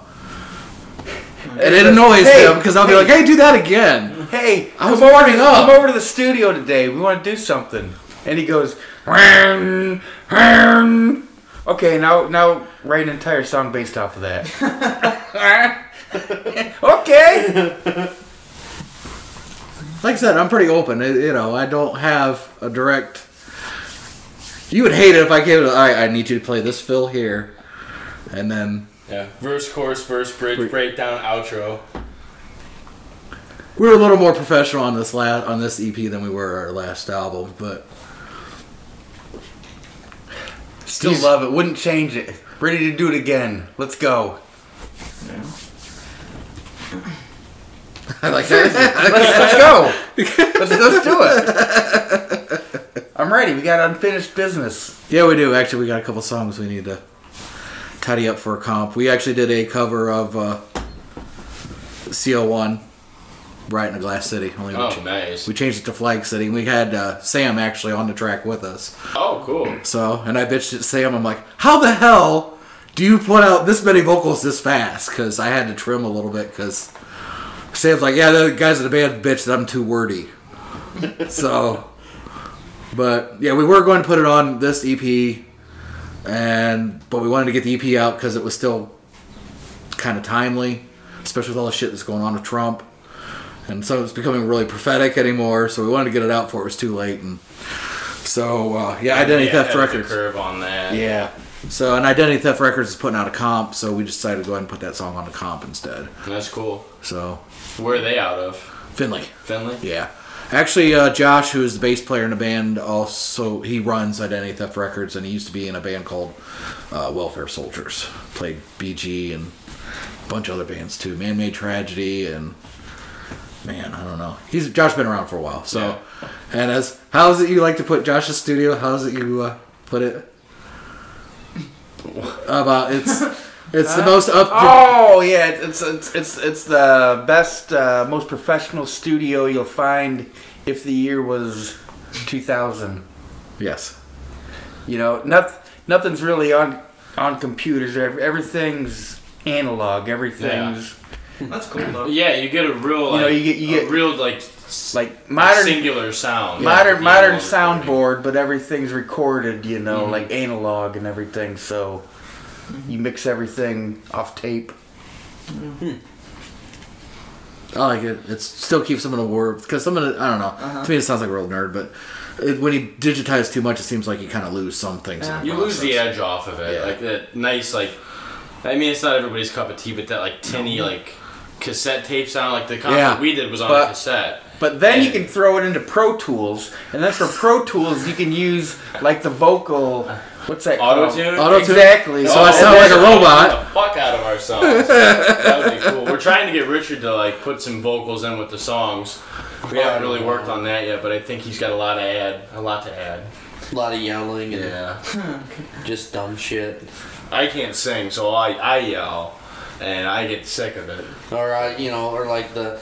D: And it annoys
G: Hmm. Hey,
D: him because I'll be
G: hey.
D: like, "Hey, do that again."
G: Hey,
D: I was
G: come over, to,
D: warming up.
G: come over to the studio today. We want to do something. And he goes, "Ran, ran." okay, now now write an entire song based off of that. okay.
D: like I said, I'm pretty open. It, you know, I don't have a direct. You would hate it if I came. To, I I need you to play this fill here, and then
F: Yeah. Verse, chorus, verse, bridge,
D: Wait.
F: breakdown, outro.
D: we were a little more professional on this last on this EP than we were our last album. But
G: Still love it. Wouldn't change it. Ready to do it again. Let's go.
D: I like that.
G: Let's, let's go. Let's, let's do it. I'm ready. We got unfinished business.
D: yeah, we do. Actually, we got a couple songs we need to tidy up for a comp. We actually did a cover of uh, CO1, Bright in a Glass City. Only we,
F: Oh,
D: ch-
F: nice.
D: we changed it to Flag City. We had uh, Sam actually on the track with us.
F: Oh, cool.
D: So, and I bitched at Sam. I'm like, how the hell do you put out this many vocals this fast? Because I had to trim a little bit. Because Sam's like, yeah, the guys in the band bitch that I'm too wordy. so, but yeah, we were going to put it on this EP, and but we wanted to get the EP out because it was still kind of timely, especially with all the shit that's going on with Trump. And so it's becoming really prophetic anymore. So we wanted to get it out before it was too late. And so uh, yeah, Identity
F: Yeah,
D: Theft
F: edit the
D: Records.
F: Curve on that.
D: Yeah. So, and Identity Theft Records is putting out a comp, so we decided to go ahead and put that song on the comp instead.
F: That's cool.
D: So,
F: Where are they out of?
D: Finley.
F: Finley.
D: Yeah. Actually, uh, Josh, who is the bass player in the band, also he runs Identity Theft Records, and he used to be in a band called uh, Welfare Soldiers. Played BG and a bunch of other bands too. Man Made Tragedy and man, I don't know. He's Josh's been around for a while. So, and as how's it you like to put Josh's studio? How's it you uh, put it? About it's it's the most up.
G: Oh yeah, it's it's it's it's the best, uh, most professional studio you'll find if the year was 2000.
D: Yes.
G: You know, not, nothing's really on on computers. Ev- Everything's analog. Everything's
C: That's cool though.
F: Yeah, you get a real, like,
G: You know, you get- you
F: a
G: get-
F: real like s-
G: like modern
F: singular sound.
G: modern
F: Yeah.
G: modern
F: Yeah.
G: soundboard, but everything's recorded. You know, like analog and everything. So you mix everything off tape.
D: I like it. It still keeps some of the war because some of the I don't know. To me, it sounds like a real nerd, but it, when you digitize too much, it seems like you kind of lose some things. in the
F: You lose the
D: process.
F: edge off of it,
D: Yeah.
F: like that nice like. I mean, it's not everybody's cup of tea, but that like tinny
G: Mm-hmm.
F: like cassette tape sound, like the concert
D: Yeah.
F: we did was on
G: But-
F: cassette.
G: But then you
F: And-
G: can throw it into Pro Tools, and then for Pro Tools you can use like the vocal. What's that? called?
F: Auto-tune?
D: Auto-tune?
G: Exactly.
D: So
F: Oh,
E: Oh,
D: I sound like a robot.
F: The fuck out of our songs. that would be cool. We're trying to get Richard to like put some vocals in with the songs. We haven't really worked on that yet, but I think he's got a lot to add. A lot to add.
E: A lot of yelling and
F: Yeah.
E: just dumb shit.
F: I can't sing, so I I yell, and I get sick of it.
E: Or I, you know, or like the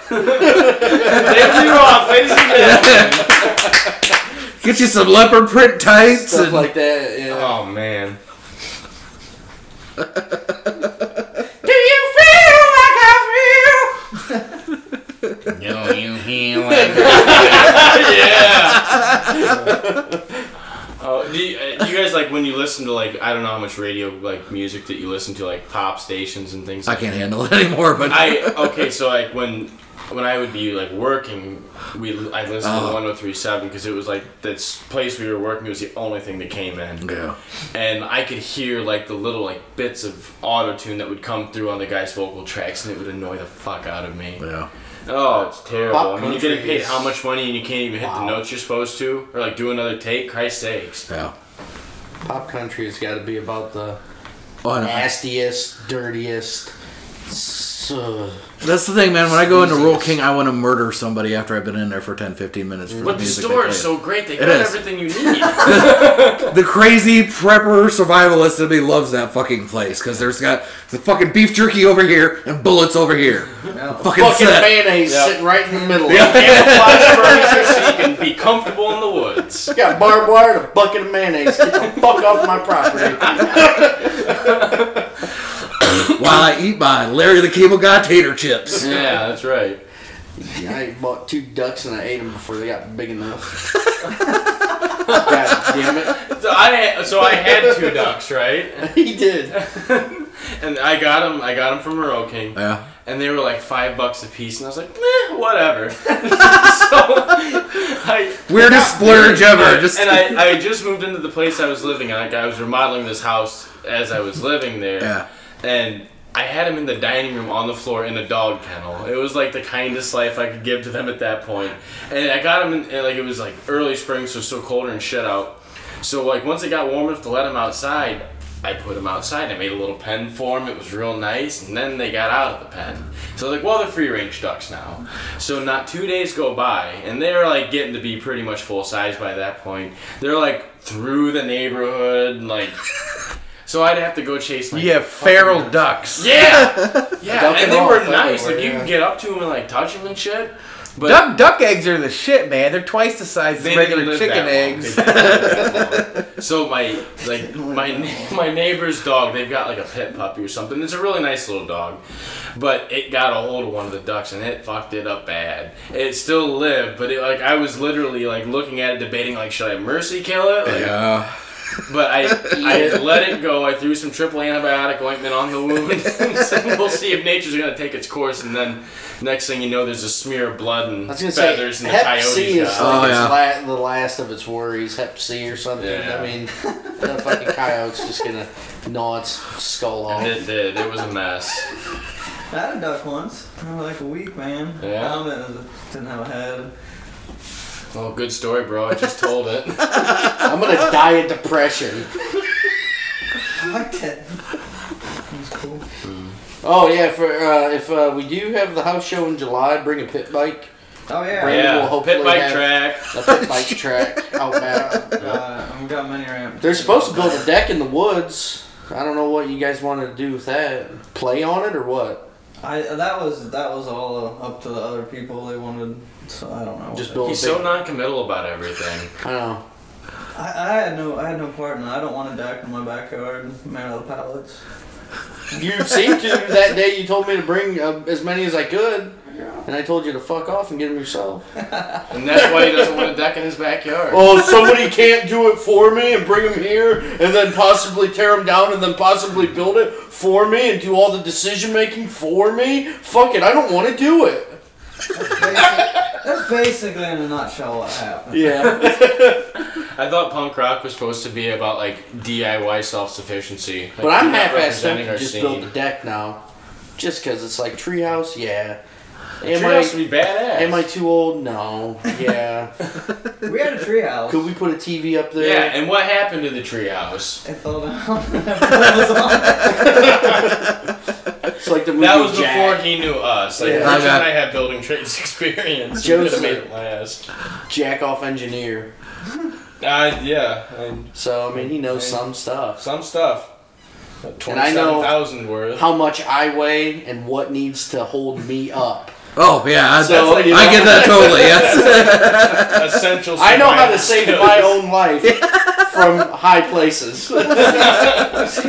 F: Thank you off, ladies and gentlemen.
D: Get you some leopard print tights
E: stuff
D: and
E: like that. Yeah.
F: Oh man.
E: Do you hear what-
F: yeah. Oh, do you, uh, you guys like when you listen to like I don't know how much radio like music that you listen to like pop stations and things.
D: I
F: like
D: can't handle it anymore. But
F: I okay, so like when when I would be like working, we I listened
D: Oh.
F: to 1037 because it was like this place we were working. It was the only thing that came in,
D: yeah,
F: and I could hear like the little like bits of auto tune that would come through on the guy's vocal tracks, and it would annoy the fuck out of me.
D: yeah.
F: Oh, it's terrible.
E: Pop
F: I mean, you're getting
E: country
F: paid
E: is-
F: how much money and you can't even hit
E: Wow.
F: the notes you're supposed to, or like do another take. Christ's sakes.
D: yeah.
E: Pop country has got to be about the
D: Oh, and I-
E: nastiest, dirtiest. s- uh,
D: that's the thing, man. When I go into Roll King, I want to murder somebody after I've been in there for 10, 15 minutes. For
F: But the
D: music they
F: store is
D: play.
F: so great; they
D: It
F: got
D: is.
F: everything you need.
D: the crazy prepper survivalist in me loves that fucking place because there's got the fucking beef jerky over here and bullets over here. Fucking,
E: Fucking
D: set.
E: mayonnaise
F: Yeah.
E: sitting right in the middle.
F: camouflage furniture so you can be comfortable in the woods.
E: got barbed wire and a bucket of mayonnaise. Get the fuck off my property.
D: while I eat my Larry the Cable Guy tater chips.
F: Yeah, that's right.
E: I bought two ducks and I ate them before they got big enough. God damn it.
F: So I so I had two ducks, right?
E: He did.
F: And I got them. I got them from Rural King,
D: Yeah.
F: and they were like five bucks a piece, and I was like, eh, whatever. so I.
D: Weirdest splurge ever. Just
F: and I, I just moved into the place I was living in. Like I was remodeling this house as I was living there.
D: Yeah.
F: And I had him in the dining room on the floor in a dog kennel. It was like the kindest life I could give to them at that point. And I got him in and, like it was like early spring, so it's still colder and shit out. So like once it got warm enough to let him outside, I put him outside. I made a little pen for him. It was real nice, and then they got out of the pen. So I was like, well, they're free range ducks now. So not two days go by, and they're like getting to be pretty much full size by that point. They're like through the neighborhood, and like. So I'd have to go chase like
G: You have feral ducks.
F: yeah, yeah,
E: Duck
F: and
E: and
F: they
E: all,
F: were
E: fuck, they
F: nice.
E: were,
F: Like you
E: yeah.
F: could get up to them and like touch them and shit. But
G: Duck duck eggs are the shit, man. They're twice the size
F: they
G: of
F: didn't
G: regular
F: live
G: chicken
F: that long.
G: eggs.
F: They didn't live that long. so my like my ne- my neighbor's dog, they've got like a pet puppy or something. It's a really nice little dog, but it got a hold of one of the ducks and it fucked it up bad. It still lived, but it, like I was literally like looking at it, debating like, should I mercy kill it? Like,
D: yeah.
F: But I, I had let it go. I threw some triple antibiotic ointment on the wound. so we'll see if nature's gonna take its course. And then next thing you know, there's a smear of blood and
E: I was gonna
F: feathers
E: say
F: and the
E: Hep
F: coyotes.
E: C is like
F: die.
D: Oh,
E: its
D: yeah.
E: la- the last of its worries. Hep C or something.
F: Yeah.
E: I mean, the fucking coyote's just gonna gnaw its skull off.
F: And it did. It was a mess.
C: I had a duck once. I was like a week, man.
F: Yeah?
C: I didn't- didn't have a head.
F: Oh, good story, bro. I just told it.
E: I'm gonna die of depression.
C: I liked it. It was cool.
E: Oh yeah, for uh, if uh, we do have the house show in July, bring a pit bike,
C: Oh yeah.
E: Brandon
F: yeah.
E: will hopefully
F: Pit bike
E: have-
F: track.
E: a pit bike track out back.
C: Uh, I've got many ramps.
E: They're supposed to build a deck in the woods. I don't know what you guys wanted to do with that. Play on it or what?
C: I that was that was all uh, up to the other people they wanted. So I don't know.
E: Just build.
F: He's
E: a big,
F: so non-committal about everything.
E: I don't know.
C: I, I had no I had no part in it. I don't want a deck in my backyard made out of pallets.
E: You seemed to that day. You told me to bring uh, as many as I could, and I told you to fuck off and get them yourself.
F: And that's why he doesn't want a deck in his backyard.
E: Oh, somebody can't do it for me and bring them here, and then possibly tear them down, and then possibly build it for me and do all the decision making for me. Fuck it, I don't want to do it.
C: That's basically in a nutshell what happened.
E: Yeah.
F: I thought punk rock was supposed to be about like DIY self-sufficiency. Like,
E: But I'm
F: not
E: half-assed
F: representing
E: tempted
F: our
E: to just
F: scene.
E: build a deck now, just because it's like treehouse. Yeah. Am
F: Treehouse
E: I
F: would be badass.
E: am I too old? No. Yeah.
C: We had a treehouse.
E: Could we put a TV up there?
F: Yeah, and what happened to the treehouse?
C: It fell down. It was on.
E: It's like the movie
F: That was
E: Jack.
F: before he knew us. Like,
E: Yeah.
F: Rich
D: Okay.
F: and I have building trades experience. We
E: Joe's
F: could have made
E: like-
F: it last.
E: Jack off engineer.
F: Uh, yeah, and
E: So I mean, he knows some stuff.
F: some stuff.
E: And I know-
F: Twenty-seven thousand worth.
E: how much I weigh and what needs to hold me up.
D: Oh yeah, I-
E: So,
D: I
E: you know-
D: get that totally. Yes.
F: Essential.
E: I know how
F: survival
E: to save
F: skills.
E: my own life from high places.
C: See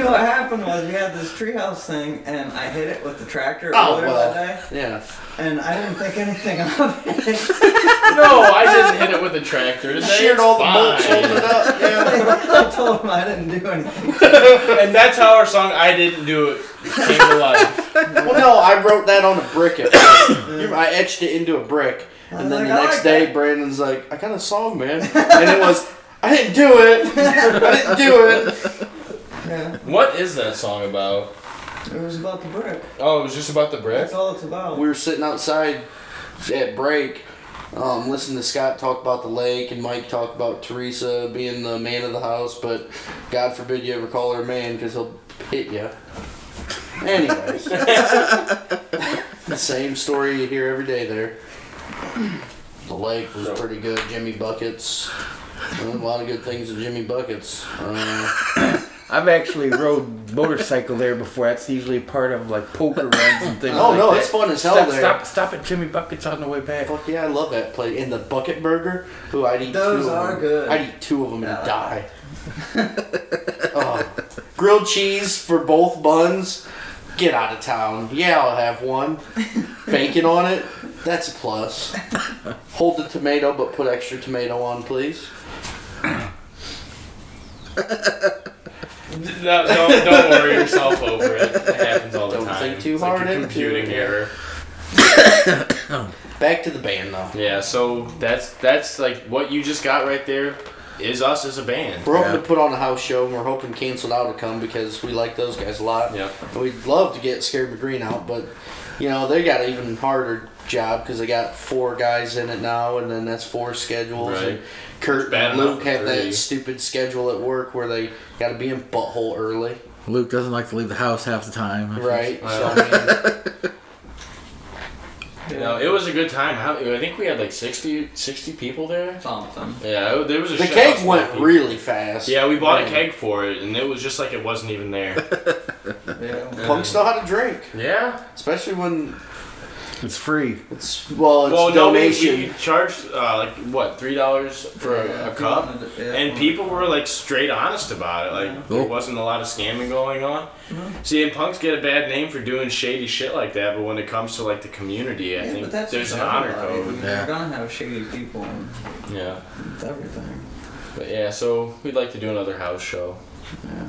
C: what happened was we had this treehouse thing and I hit it with the tractor
E: Oh
C: earlier
E: well,
C: that
E: yeah.
C: day and I didn't think anything of it.
F: No, I didn't hit it with a tractor.
E: Sheared
F: That's
E: all the
F: fine.
E: bolts, holding it up. Yeah.
C: I told him I didn't do anything.
F: And that's how our song "I Didn't Do It" came to life.
E: Well, no, I wrote that on a brick. At I etched it into a brick, and then
C: like,
E: the
C: I
E: next
C: like
E: day,
C: that.
E: Brandon's like, "I got a song, man," and it was. I didn't do it. I didn't do it.
C: Yeah,
F: What is that song about?
C: it was about the brick.
F: Oh, it was just about the brick.
C: That's all it's about.
E: We were sitting outside at break, um, listening to Scott talk about the lake and Mike talk about Teresa being the man of the house, but God forbid you ever call her man because he'll hit you. Anyways, the same story you hear every day there. The lake was pretty good. Jimmy Buckets. A lot of good things with Jimmy Buckets. Uh,
G: I've actually rode motorcycle there before. That's usually part of like poker runs and things.
E: oh
G: like
E: no,
G: that.
E: it's fun as hell
G: Stop,
E: there.
G: stop, stop at Jimmy Buckets on the way back.
E: Fuck yeah, I love that place. And the bucket burger. Ooh, I'd eat
C: Those
E: two of
C: are
E: them.
C: good.
E: I'd eat two of them
C: Yeah.
E: and die. oh, grilled cheese for both buns. Get out of town. Yeah, I'll have one. Bacon on it. That's a plus. Hold the tomato, but put extra tomato on, please.
F: No, don't, don't worry yourself over it. It happens all the
E: Don't
F: time.
E: think too
F: it's like
E: hard
F: a
E: into
F: computing
E: it.
F: error.
E: Back to the band though.
F: Yeah, so that's that's like what you just got right there is us as a band.
E: We're hoping
D: Yeah.
E: to put on a house show, and we're hoping Canceled Out will come because we like those guys a lot.
F: Yep.
E: And We'd love to get Scared McGreen out, but you know they got an even harder job because they got four guys in it now, and then that's four schedules.
F: Right.
E: And Kurt
F: Bad
E: and Luke
F: enough
E: have
F: three.
E: that stupid schedule at work where they got to be in butthole early,
D: Luke doesn't like to leave the house half the time.
E: right? So,
F: Wow.
E: I mean,
F: You know, it was a good time. How, I think we had like 60, 60 people there.
C: Something.
F: Yeah, it- there was a
E: the
F: shit house
E: keg
F: full of
E: went
F: people.
E: really fast.
F: Yeah, we bought a
E: Man,
F: keg for it, and it was just like it wasn't even there.
C: Yeah.
E: Punks know how to drink,
F: yeah.
E: especially when
G: It's free.
E: it's well, it's
F: Well, no, we,
E: donation.
F: we charged uh, like what three dollars for a,
C: Yeah,
F: a
C: if you
F: cup,
C: wanted to- yeah,
F: and
C: if you
F: people were like straight honest about it. Like
D: Cool.
F: there wasn't a lot of scamming going on.
C: Mm-hmm.
F: See, and punks get a bad name for doing shady shit like that, but when it comes to like the community, I
C: Yeah,
F: think
C: but that's
F: there's an
C: everybody.
F: honor
C: I mean,
F: code.
D: Yeah.
C: You're gonna have shady people and
F: Yeah.
C: everything.
F: But yeah, so we'd like to do another house show.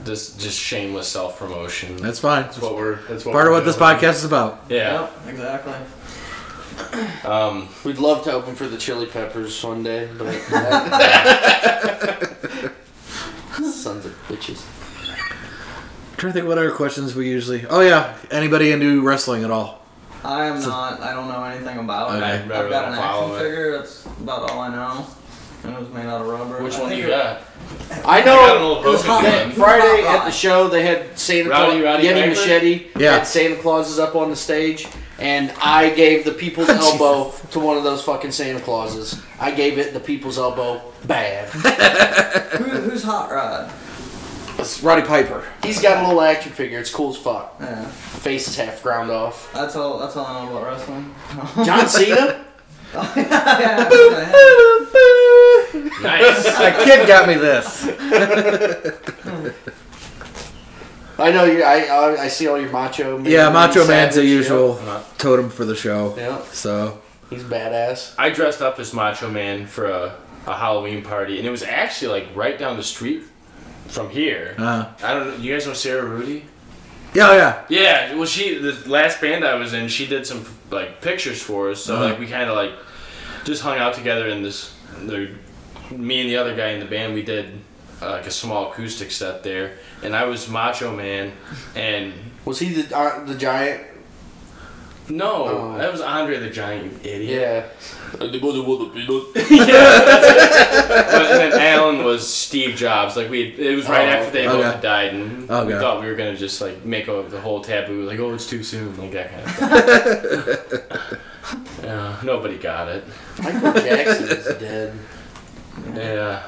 F: Just just shameless self promotion.
D: That's fine.
F: that's what we're. That's what
D: Part of
F: we're
D: what this
F: doing.
D: podcast is about.
F: Yeah.
C: Yep, exactly.
F: Um,
E: We'd love to open for the Chili Peppers one day, but sons of bitches.
D: I'm trying to think what other questions we usually. Oh yeah, anybody into wrestling at all?
C: I am not. I don't know anything about it.
D: Okay.
C: I've
F: Better
C: got an
F: not follow
C: action
F: it.
C: figure. That's about all I know. And it was made out of rubber.
F: which
C: I
F: one do
C: think
F: you
C: it-
F: got?
E: I
F: I got an
E: know.
F: old broken
E: that
F: one.
E: Friday at the show, they had Santa Claus,
F: Rowdy, Rowdy
E: Yeti
F: Wagner?
E: Machete
D: Yeah.
E: had Santa Clauses up on the stage, and I gave the people's elbow to one of those fucking Santa Clauses. I gave it the people's elbow bad.
C: Who, who's Hot Rod?
D: It's Roddy Piper.
E: He's got a little action figure. It's cool as fuck.
C: Yeah,
E: Face is half ground off.
C: that's all. That's all I know about wrestling.
E: John Cena.
C: Yeah, yeah.
F: Nice.
G: A kid got me this.
E: I know you. I, I I see all your macho. Man
D: Yeah, Macho Man's the
E: Savage, yeah.
D: usual totem for the show.
E: Yeah.
D: So
E: He's badass.
F: I dressed up as Macho Man for a, a Halloween party, and it was actually like right down the street from here.
D: Uh-huh.
F: I don't. know- You guys know Sarah Rudy?
D: yeah, oh, yeah.
F: Yeah. Well, she the last band I was in, she did some like pictures for us, so
D: Uh-huh.
F: like we kind of like just hung out together in this. The, me and the other guy in the band, we did uh, like a small acoustic set there, and I was Macho Man, and
E: Was he the uh, the giant?
F: no,
E: Oh.
F: that was Andre the Giant, you idiot.
E: Yeah.
F: but and then Alan was Steve Jobs. Like we, it was right
E: Oh,
F: after they both
D: okay.
F: had died, and
G: Oh,
F: we
D: Okay.
F: thought we were gonna just like make over the whole taboo, like oh it's too soon, like that kind of thing. yeah, nobody got it.
E: Michael Jackson is dead.
F: Yeah.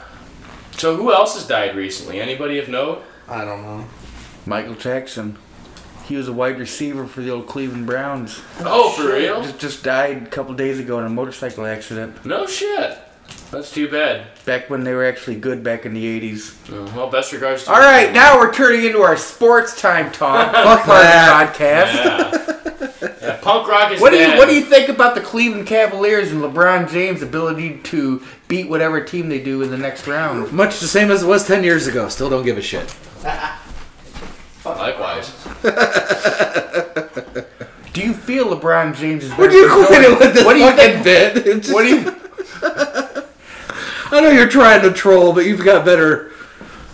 F: So who else has died recently? Anybody of note?
E: I don't know.
G: Michael Jackson. He was a wide receiver for the old Cleveland Browns.
F: Oh, for real?
G: Just, just died a couple days ago in a motorcycle accident.
F: No shit. That's too bad.
G: Back when they were actually good back in the 80s.
F: Uh, Well, best regards to
G: All right, now we're turning into our sports time talk. Fuck
D: that.
G: podcast.
F: Yeah. Yeah, punk rock is
G: What do you
F: dead.
G: What do you think about the Cleveland Cavaliers and LeBron James' ability to beat whatever team they do in the next round?
D: Much the same as it was ten years ago. Still don't give a shit.
F: Likewise.
G: Do you feel LeBron James is?
D: Would you quit it with this
G: What do you
D: fucking
G: think?
D: bit? It's just-
G: What do you?
D: I know you're trying to troll, but you've got better.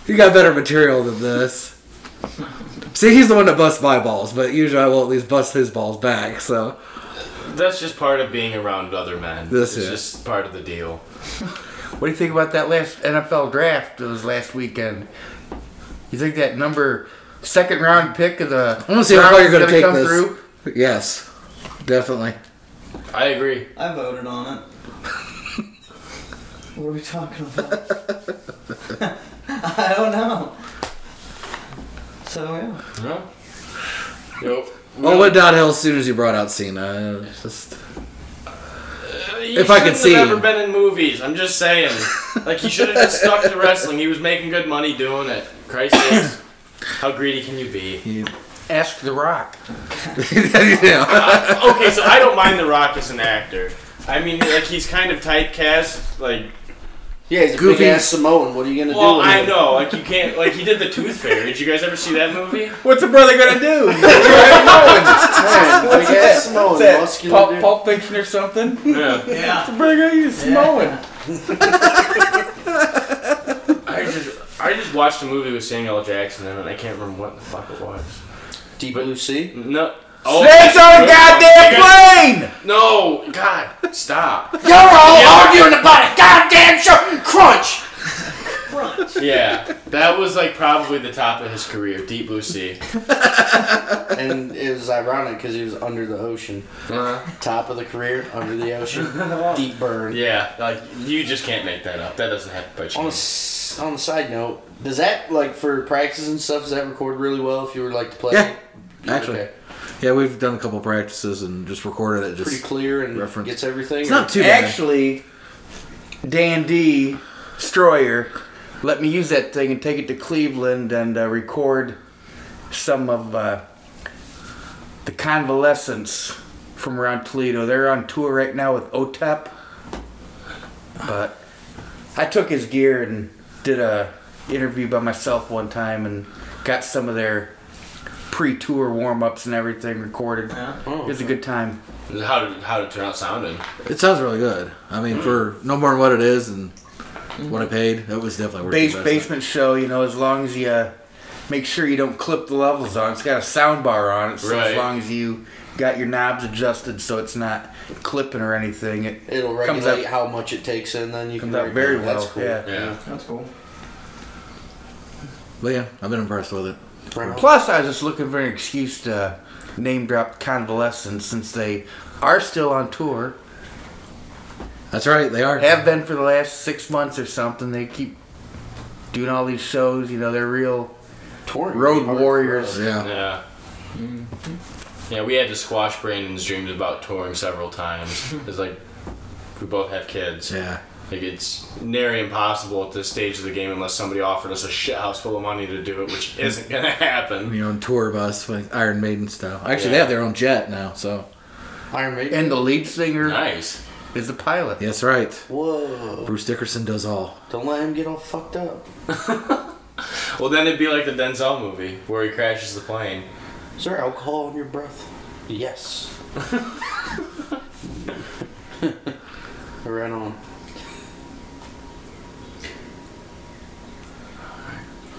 D: You got better material than this. See, he's the one that busts my balls, but usually I will at least bust his balls back. So
F: That's just part of being around other men.
D: This
F: it's
D: is.
F: just part of the deal.
G: What do you think about that last NFL draft that was last weekend? You think that number second round pick of the
D: I want to see how far
G: Browns
D: you're going
G: is
D: to take
G: come
D: this.
G: through?
D: Yes, definitely.
F: I agree.
C: I voted on it. what are we talking about? I don't know. So yeah.
F: No. Nope.
D: Well, it went downhill as soon as you brought out Cena. It was Just If I could see
F: Uh, have never
D: him.
F: been in movies. I'm just saying. like he should have just stuck to wrestling. He was making good money doing it. Crisis. How greedy can you be?
G: Ask The Rock.
D: yeah.
F: Okay, so I don't mind The Rock as an actor. I mean, like he's kind of typecast. Like,
E: Yeah, he's a
D: Goofy.
E: big ass Samoan. What are you gonna do?
F: well,
E: with
F: I
E: him?
F: know. Like you can't. Like he did the Tooth Fairy. Did you guys ever see that movie?
G: What's a brother gonna do?
E: Man, big ass Samoan, muscular
G: Pulp,
E: dude.
G: Pulp Fiction or something?
F: Yeah.
C: Yeah.
G: Brother, he's smoking.
F: I just, I just watched a movie with Samuel L. Jackson in it. and I can't remember what the fuck it was.
E: Deep Blue Sea.
F: No.
G: That's on a
F: You
G: goddamn
F: guys-
G: plane.
F: No, God, stop.
E: You're all
F: Yeah.
E: arguing about a goddamn show. Crunch.
F: Yeah, that was like probably the top of his career, Deep Blue Sea.
E: And it was ironic because he was under the ocean. Top of the career, under the ocean, deep burn.
F: Yeah, like you just can't make that up. That doesn't happen by
E: On a,
F: chance.
E: s- on a side note, does that like for practices and stuff? Does that record really well if you were like to play?
D: Yeah,
E: it?
D: actually.
E: Okay.
D: yeah, we've done a couple practices and just recorded it.
E: pretty
D: Just
E: clear and
D: reference.
E: gets everything.
D: it's
E: or-
D: not too bad.
G: Actually, Dan D. Stroyer let me use that thing and take it to Cleveland and uh, record some of uh, the convalescents from around Toledo. They're on tour E right now with OTEP. But I took his gear and did a interview by myself one time and got some of their pre-tour warm-ups and everything recorded. It was a good time.
F: How did how did it turn out sounding?
D: It sounds really good. I mean, for no more than what it is and what I paid, it was definitely worth
G: Base
D: the investment.
G: basement show, you know, as long as you uh, make sure you don't clip the levels on. It's got a sound bar on it, so
F: Right.
G: as long as you got your knobs adjusted so it's not clipping or anything, it
E: It'll
G: Comes
E: regulate
G: up-
E: how much it takes in, then you
G: comes
E: can
G: out
E: regulate.
G: very well.
E: That's cool.
G: Yeah.
F: Yeah.
C: That's cool.
D: But yeah, I've been impressed with it.
F: Oh.
E: Right on.
G: Plus, I was just looking for an excuse to name drop Convalescence since they are still on tour.
D: That's right, they are.
G: Have been for the last six months or something. They keep doing all these shows. You know, they're real
E: Touring
G: road
E: would be hard
G: warriors.
D: Yeah.
F: Yeah. Yeah, we had to squash Brandon's dreams about touring several times. It's like we both have kids.
D: Yeah.
F: Like it's nearly impossible at this stage of the game unless somebody offered us a shit house full of money to do it, which isn't gonna happen.
D: Your own tour bus, like Iron Maiden style. Actually, they
F: Yeah.
D: have their own jet now, so.
E: for us. Iron Maiden.
G: And the lead singer
F: Nice.
G: is the pilot.
D: Yes, right.
E: Whoa!
D: Bruce Dickerson does all.
E: Don't let him get all fucked up.
F: Well, then it'd be like the Denzel movie where he crashes the plane.
E: Is there alcohol in your breath? Yes. right on.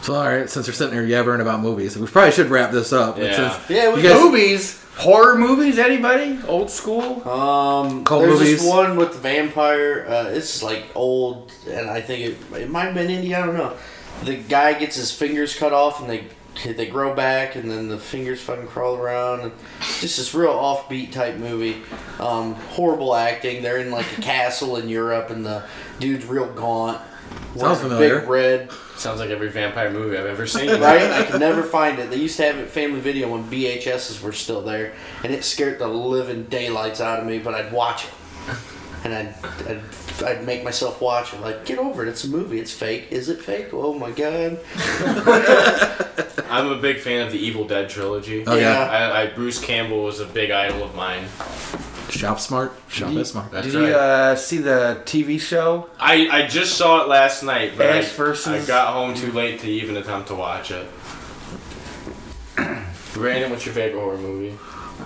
D: So, all right, since we're sitting here yabbering about movies, we probably should wrap this up. but
F: Yeah.
D: since
E: Yeah,
D: you
E: we
D: guys-
G: Movies, horror movies, anybody? Old school?
E: Um,
D: Cult
E: there's
D: movies.
E: this one with the vampire. Uh, it's like old, and I think it, it might have been India. I don't know. The guy gets his fingers cut off, and they they grow back, and then the fingers fucking crawl around. And just this real offbeat type movie. Um, horrible acting. They're in like a castle in Europe, and the dude's real gaunt.
D: Sounds
E: wearing a
D: familiar.
E: Big red
F: Sounds like every vampire movie I've ever seen.
E: right? I could never find it. They used to have it Family Video when VHSs were still there, and it scared the living daylights out of me. But I'd watch it, and I'd I'd, I'd make myself watch it. Like, get over it. It's a movie. It's fake. Is it fake? Oh my god.
F: I'm a big fan of the Evil Dead trilogy.
D: Oh, yeah.
F: I, I Bruce Campbell was a big idol of mine.
D: Shop smart, shop is smart.
F: That's
G: Did
F: right.
G: you uh, see the TV show?
F: I, I just saw it last night, but I,
G: Ash versus-
F: I got home too late to even attempt to watch it. Brandon, what's your favorite horror movie?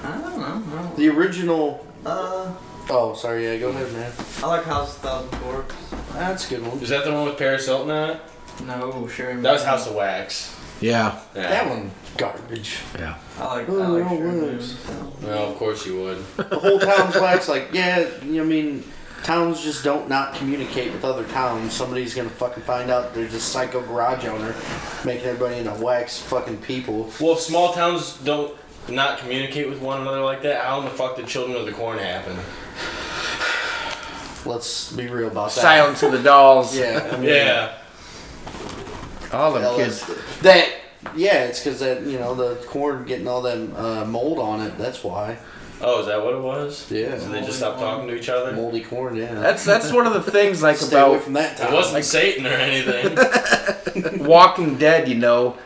C: I don't know. I don't-
E: The original.
C: Uh,
E: Oh, sorry. Yeah, go ahead, man.
C: I like House of Thousand Corpse.
E: That's a good one.
F: Is that the one with Paris Hilton on it?
C: No, sure.
F: That was House of Wax.
D: Yeah.
F: Yeah.
E: That one garbage.
C: I like. I
E: Oh,
C: like
E: no
C: Sherman
E: worries.
C: Moon, so.
F: Well, of course you would.
E: The whole town's wax. Like, yeah. you know, I mean. Towns just don't not communicate with other towns. Somebody's gonna fucking find out they're just psycho garage owner, making everybody into wax fucking people.
F: Well, if small towns don't not communicate with one another like that, how in the fuck did Children of the Corn happen?
E: Let's be real about that.
G: Silence of the Dolls.
E: Yeah. I mean,
F: Yeah.
G: All them
E: hell,
G: kids.
E: that's- That. Yeah, it's because that you know the corn getting all that uh, mold on it. That's why
F: Oh, is that what it was?
E: Yeah.
F: So they just stopped talking to each other?
E: moldy corn. Yeah.
G: That's that's one of the things like
E: Stay away
G: about
E: from that.
F: It
E: Town.
F: wasn't Satan or anything.
G: Walking Dead, you know.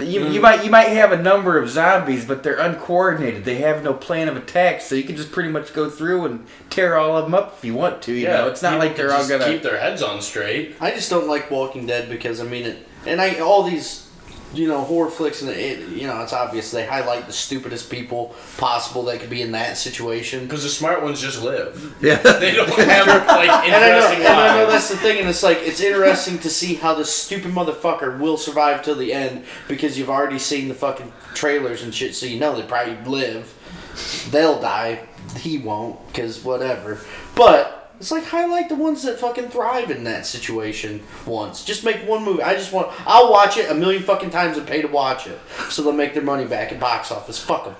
G: You,
I: Mm.
G: you might you might have a number of zombies, but they're uncoordinated. They have no plan of attack, so you can just pretty much go through and tear all of them up if you want to. You know, it's not
F: people
G: like they're
F: could
G: all
F: just
G: gonna.
F: keep their heads on straight.
E: I just don't like Walking Dead because I mean it, and I all these, you know, horror flicks and it, you know, it's obvious they highlight the stupidest people possible that could be in that situation.
F: Because the smart ones just live.
D: Yeah.
F: They don't have like
E: And I know,
F: interesting
E: and I know
F: lives.
E: that's the thing, and it's like it's interesting to see how this stupid motherfucker will survive till the end because you've already seen the fucking trailers and shit, so you know they probably live. They'll die. He won't, because whatever. But it's like highlight the ones that fucking thrive in that situation once. Just make one movie. I just want. I'll watch it a million fucking times and pay to watch it, so they'll make their money back at box office. Fuck them.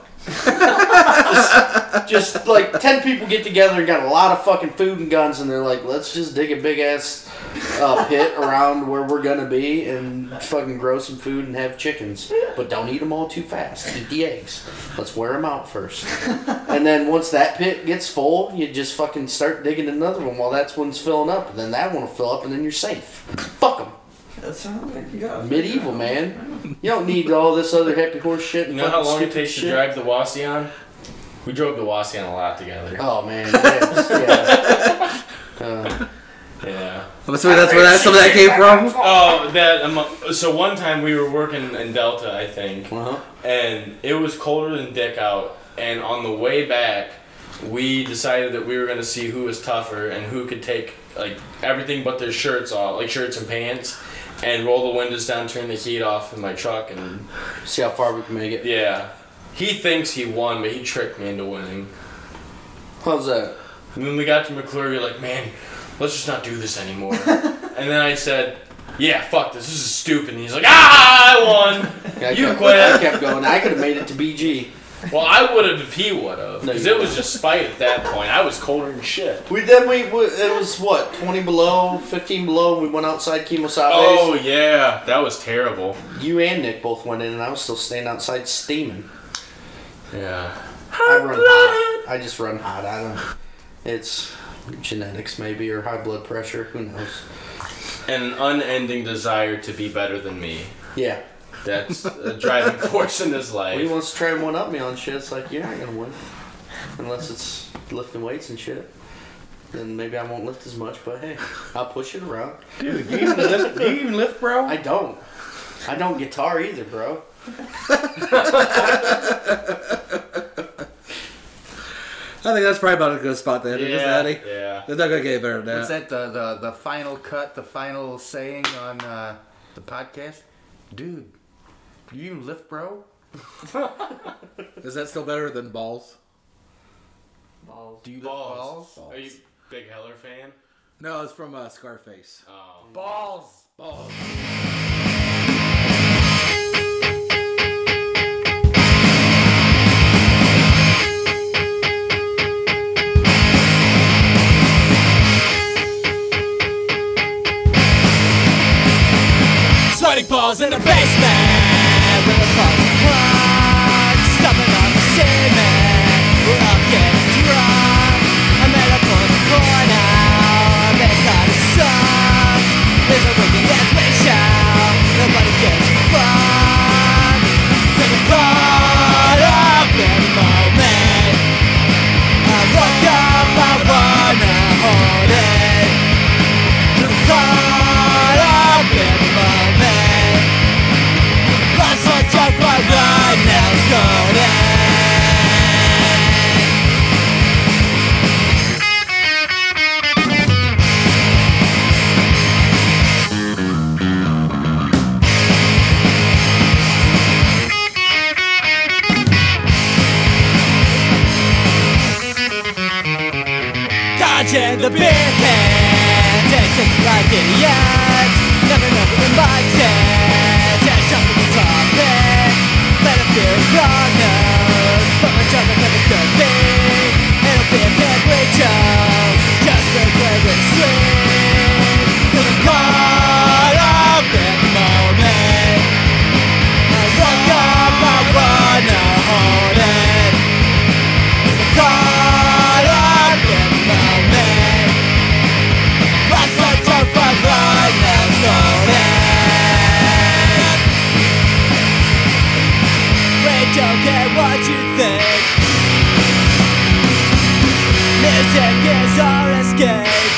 E: just, just like ten people get together and got a lot of fucking food and guns, and they're like, let's just dig a big ass uh, pit around where we're gonna be and fucking grow some food and have chickens, but don't eat them all too fast. Eat the eggs. Let's wear them out first. And then once that pit gets full, you just fucking start digging another one while that one's filling up, and then that one will fill up, and then you're safe. Fuck them.
C: That sounds like you got a-
E: Medieval, man. You don't need all this other happy horse shit.
F: You
E: And
F: know how
E: fucking
F: long it
E: stupid
F: takes to
E: shit.
F: drive the Wasion? We drove the Wasion a lot together.
E: Oh, man. Yes, yeah. Uh,
F: Yeah.
D: I'm assuming that's where that some of that came from.
F: Oh, that um, so one time we were working in Delta, I think,
E: Uh-huh.
F: and it was colder than dick out. And on the way back, we decided that we were gonna see who was tougher and who could take like everything but their shirts off, like shirts and pants, and roll the windows down, turn the heat off in my truck, and
E: See how far we can make it.
F: yeah. He thinks he won, but he tricked me into winning.
E: How's that?
F: And when we got to McClure, you're like, man, let's just not do this anymore. and then I said, yeah, fuck this. This is stupid. And he's like, ah, I won.
E: I
F: You
E: kept-
F: quit.
E: I kept going. I could have made it to BG.
F: well, I would have if he would have.
E: No,
F: Because
E: you
F: it was just spite at that point. I was colder than shit.
E: We then we, we it was what twenty below, fifteen below. and We went outside Kimosabe's.
F: Oh, yeah. That was terrible.
E: You and Nick both went in, and I was still standing outside steaming.
F: Yeah.
E: I run hot. I just run hot. I don't. It's genetics maybe or high blood pressure. Who knows?
F: An unending desire to be better than me.
E: Yeah.
F: That's a driving force in his
E: He
F: life.
E: wants to try and one up me on shit. It's like you're not gonna win, unless it's lifting weights and shit. Then maybe I won't lift as much, but hey, I'll push it around.
G: Dude, you even lift, you even lift bro?
E: I don't. I don't guitar either, bro.
D: I think that's probably about a good spot to end it,
F: Yeah.
D: isn't it,
F: Yeah.
D: They're not gonna get better than
I: Is
D: that.
I: that the, the, the final cut, the final saying on uh, the podcast? Dude, you lift, bro?
D: Is that still better than balls?
C: Balls.
I: Do you lift
F: Balls.
I: balls?
F: Are you a big Heller fan?
D: No, it's from uh, Scarface.
F: Oh.
I: Balls!
D: Balls.
J: Snorting balls in the basement with a fucking clock. Stuffing on the cement. We're all getting drunk. I made up for the floor now. I bet that it sucks. There's a wicked ass we shout. Nobody gives a fuck. Cause I'm caught up in the moment. I woke up, I wanna hold it. Dodging the beer cans and just like idiots Never know what it might take And jumping the topic Let it feel wrong knows But my job never could be It'll be a bit we chose Just words where it's sweet Cause I'm caught up in the moment I woke up, I wanna hold it caught up in the net. Lots of joy from right now, so that we don't care what you think. Music is our escape.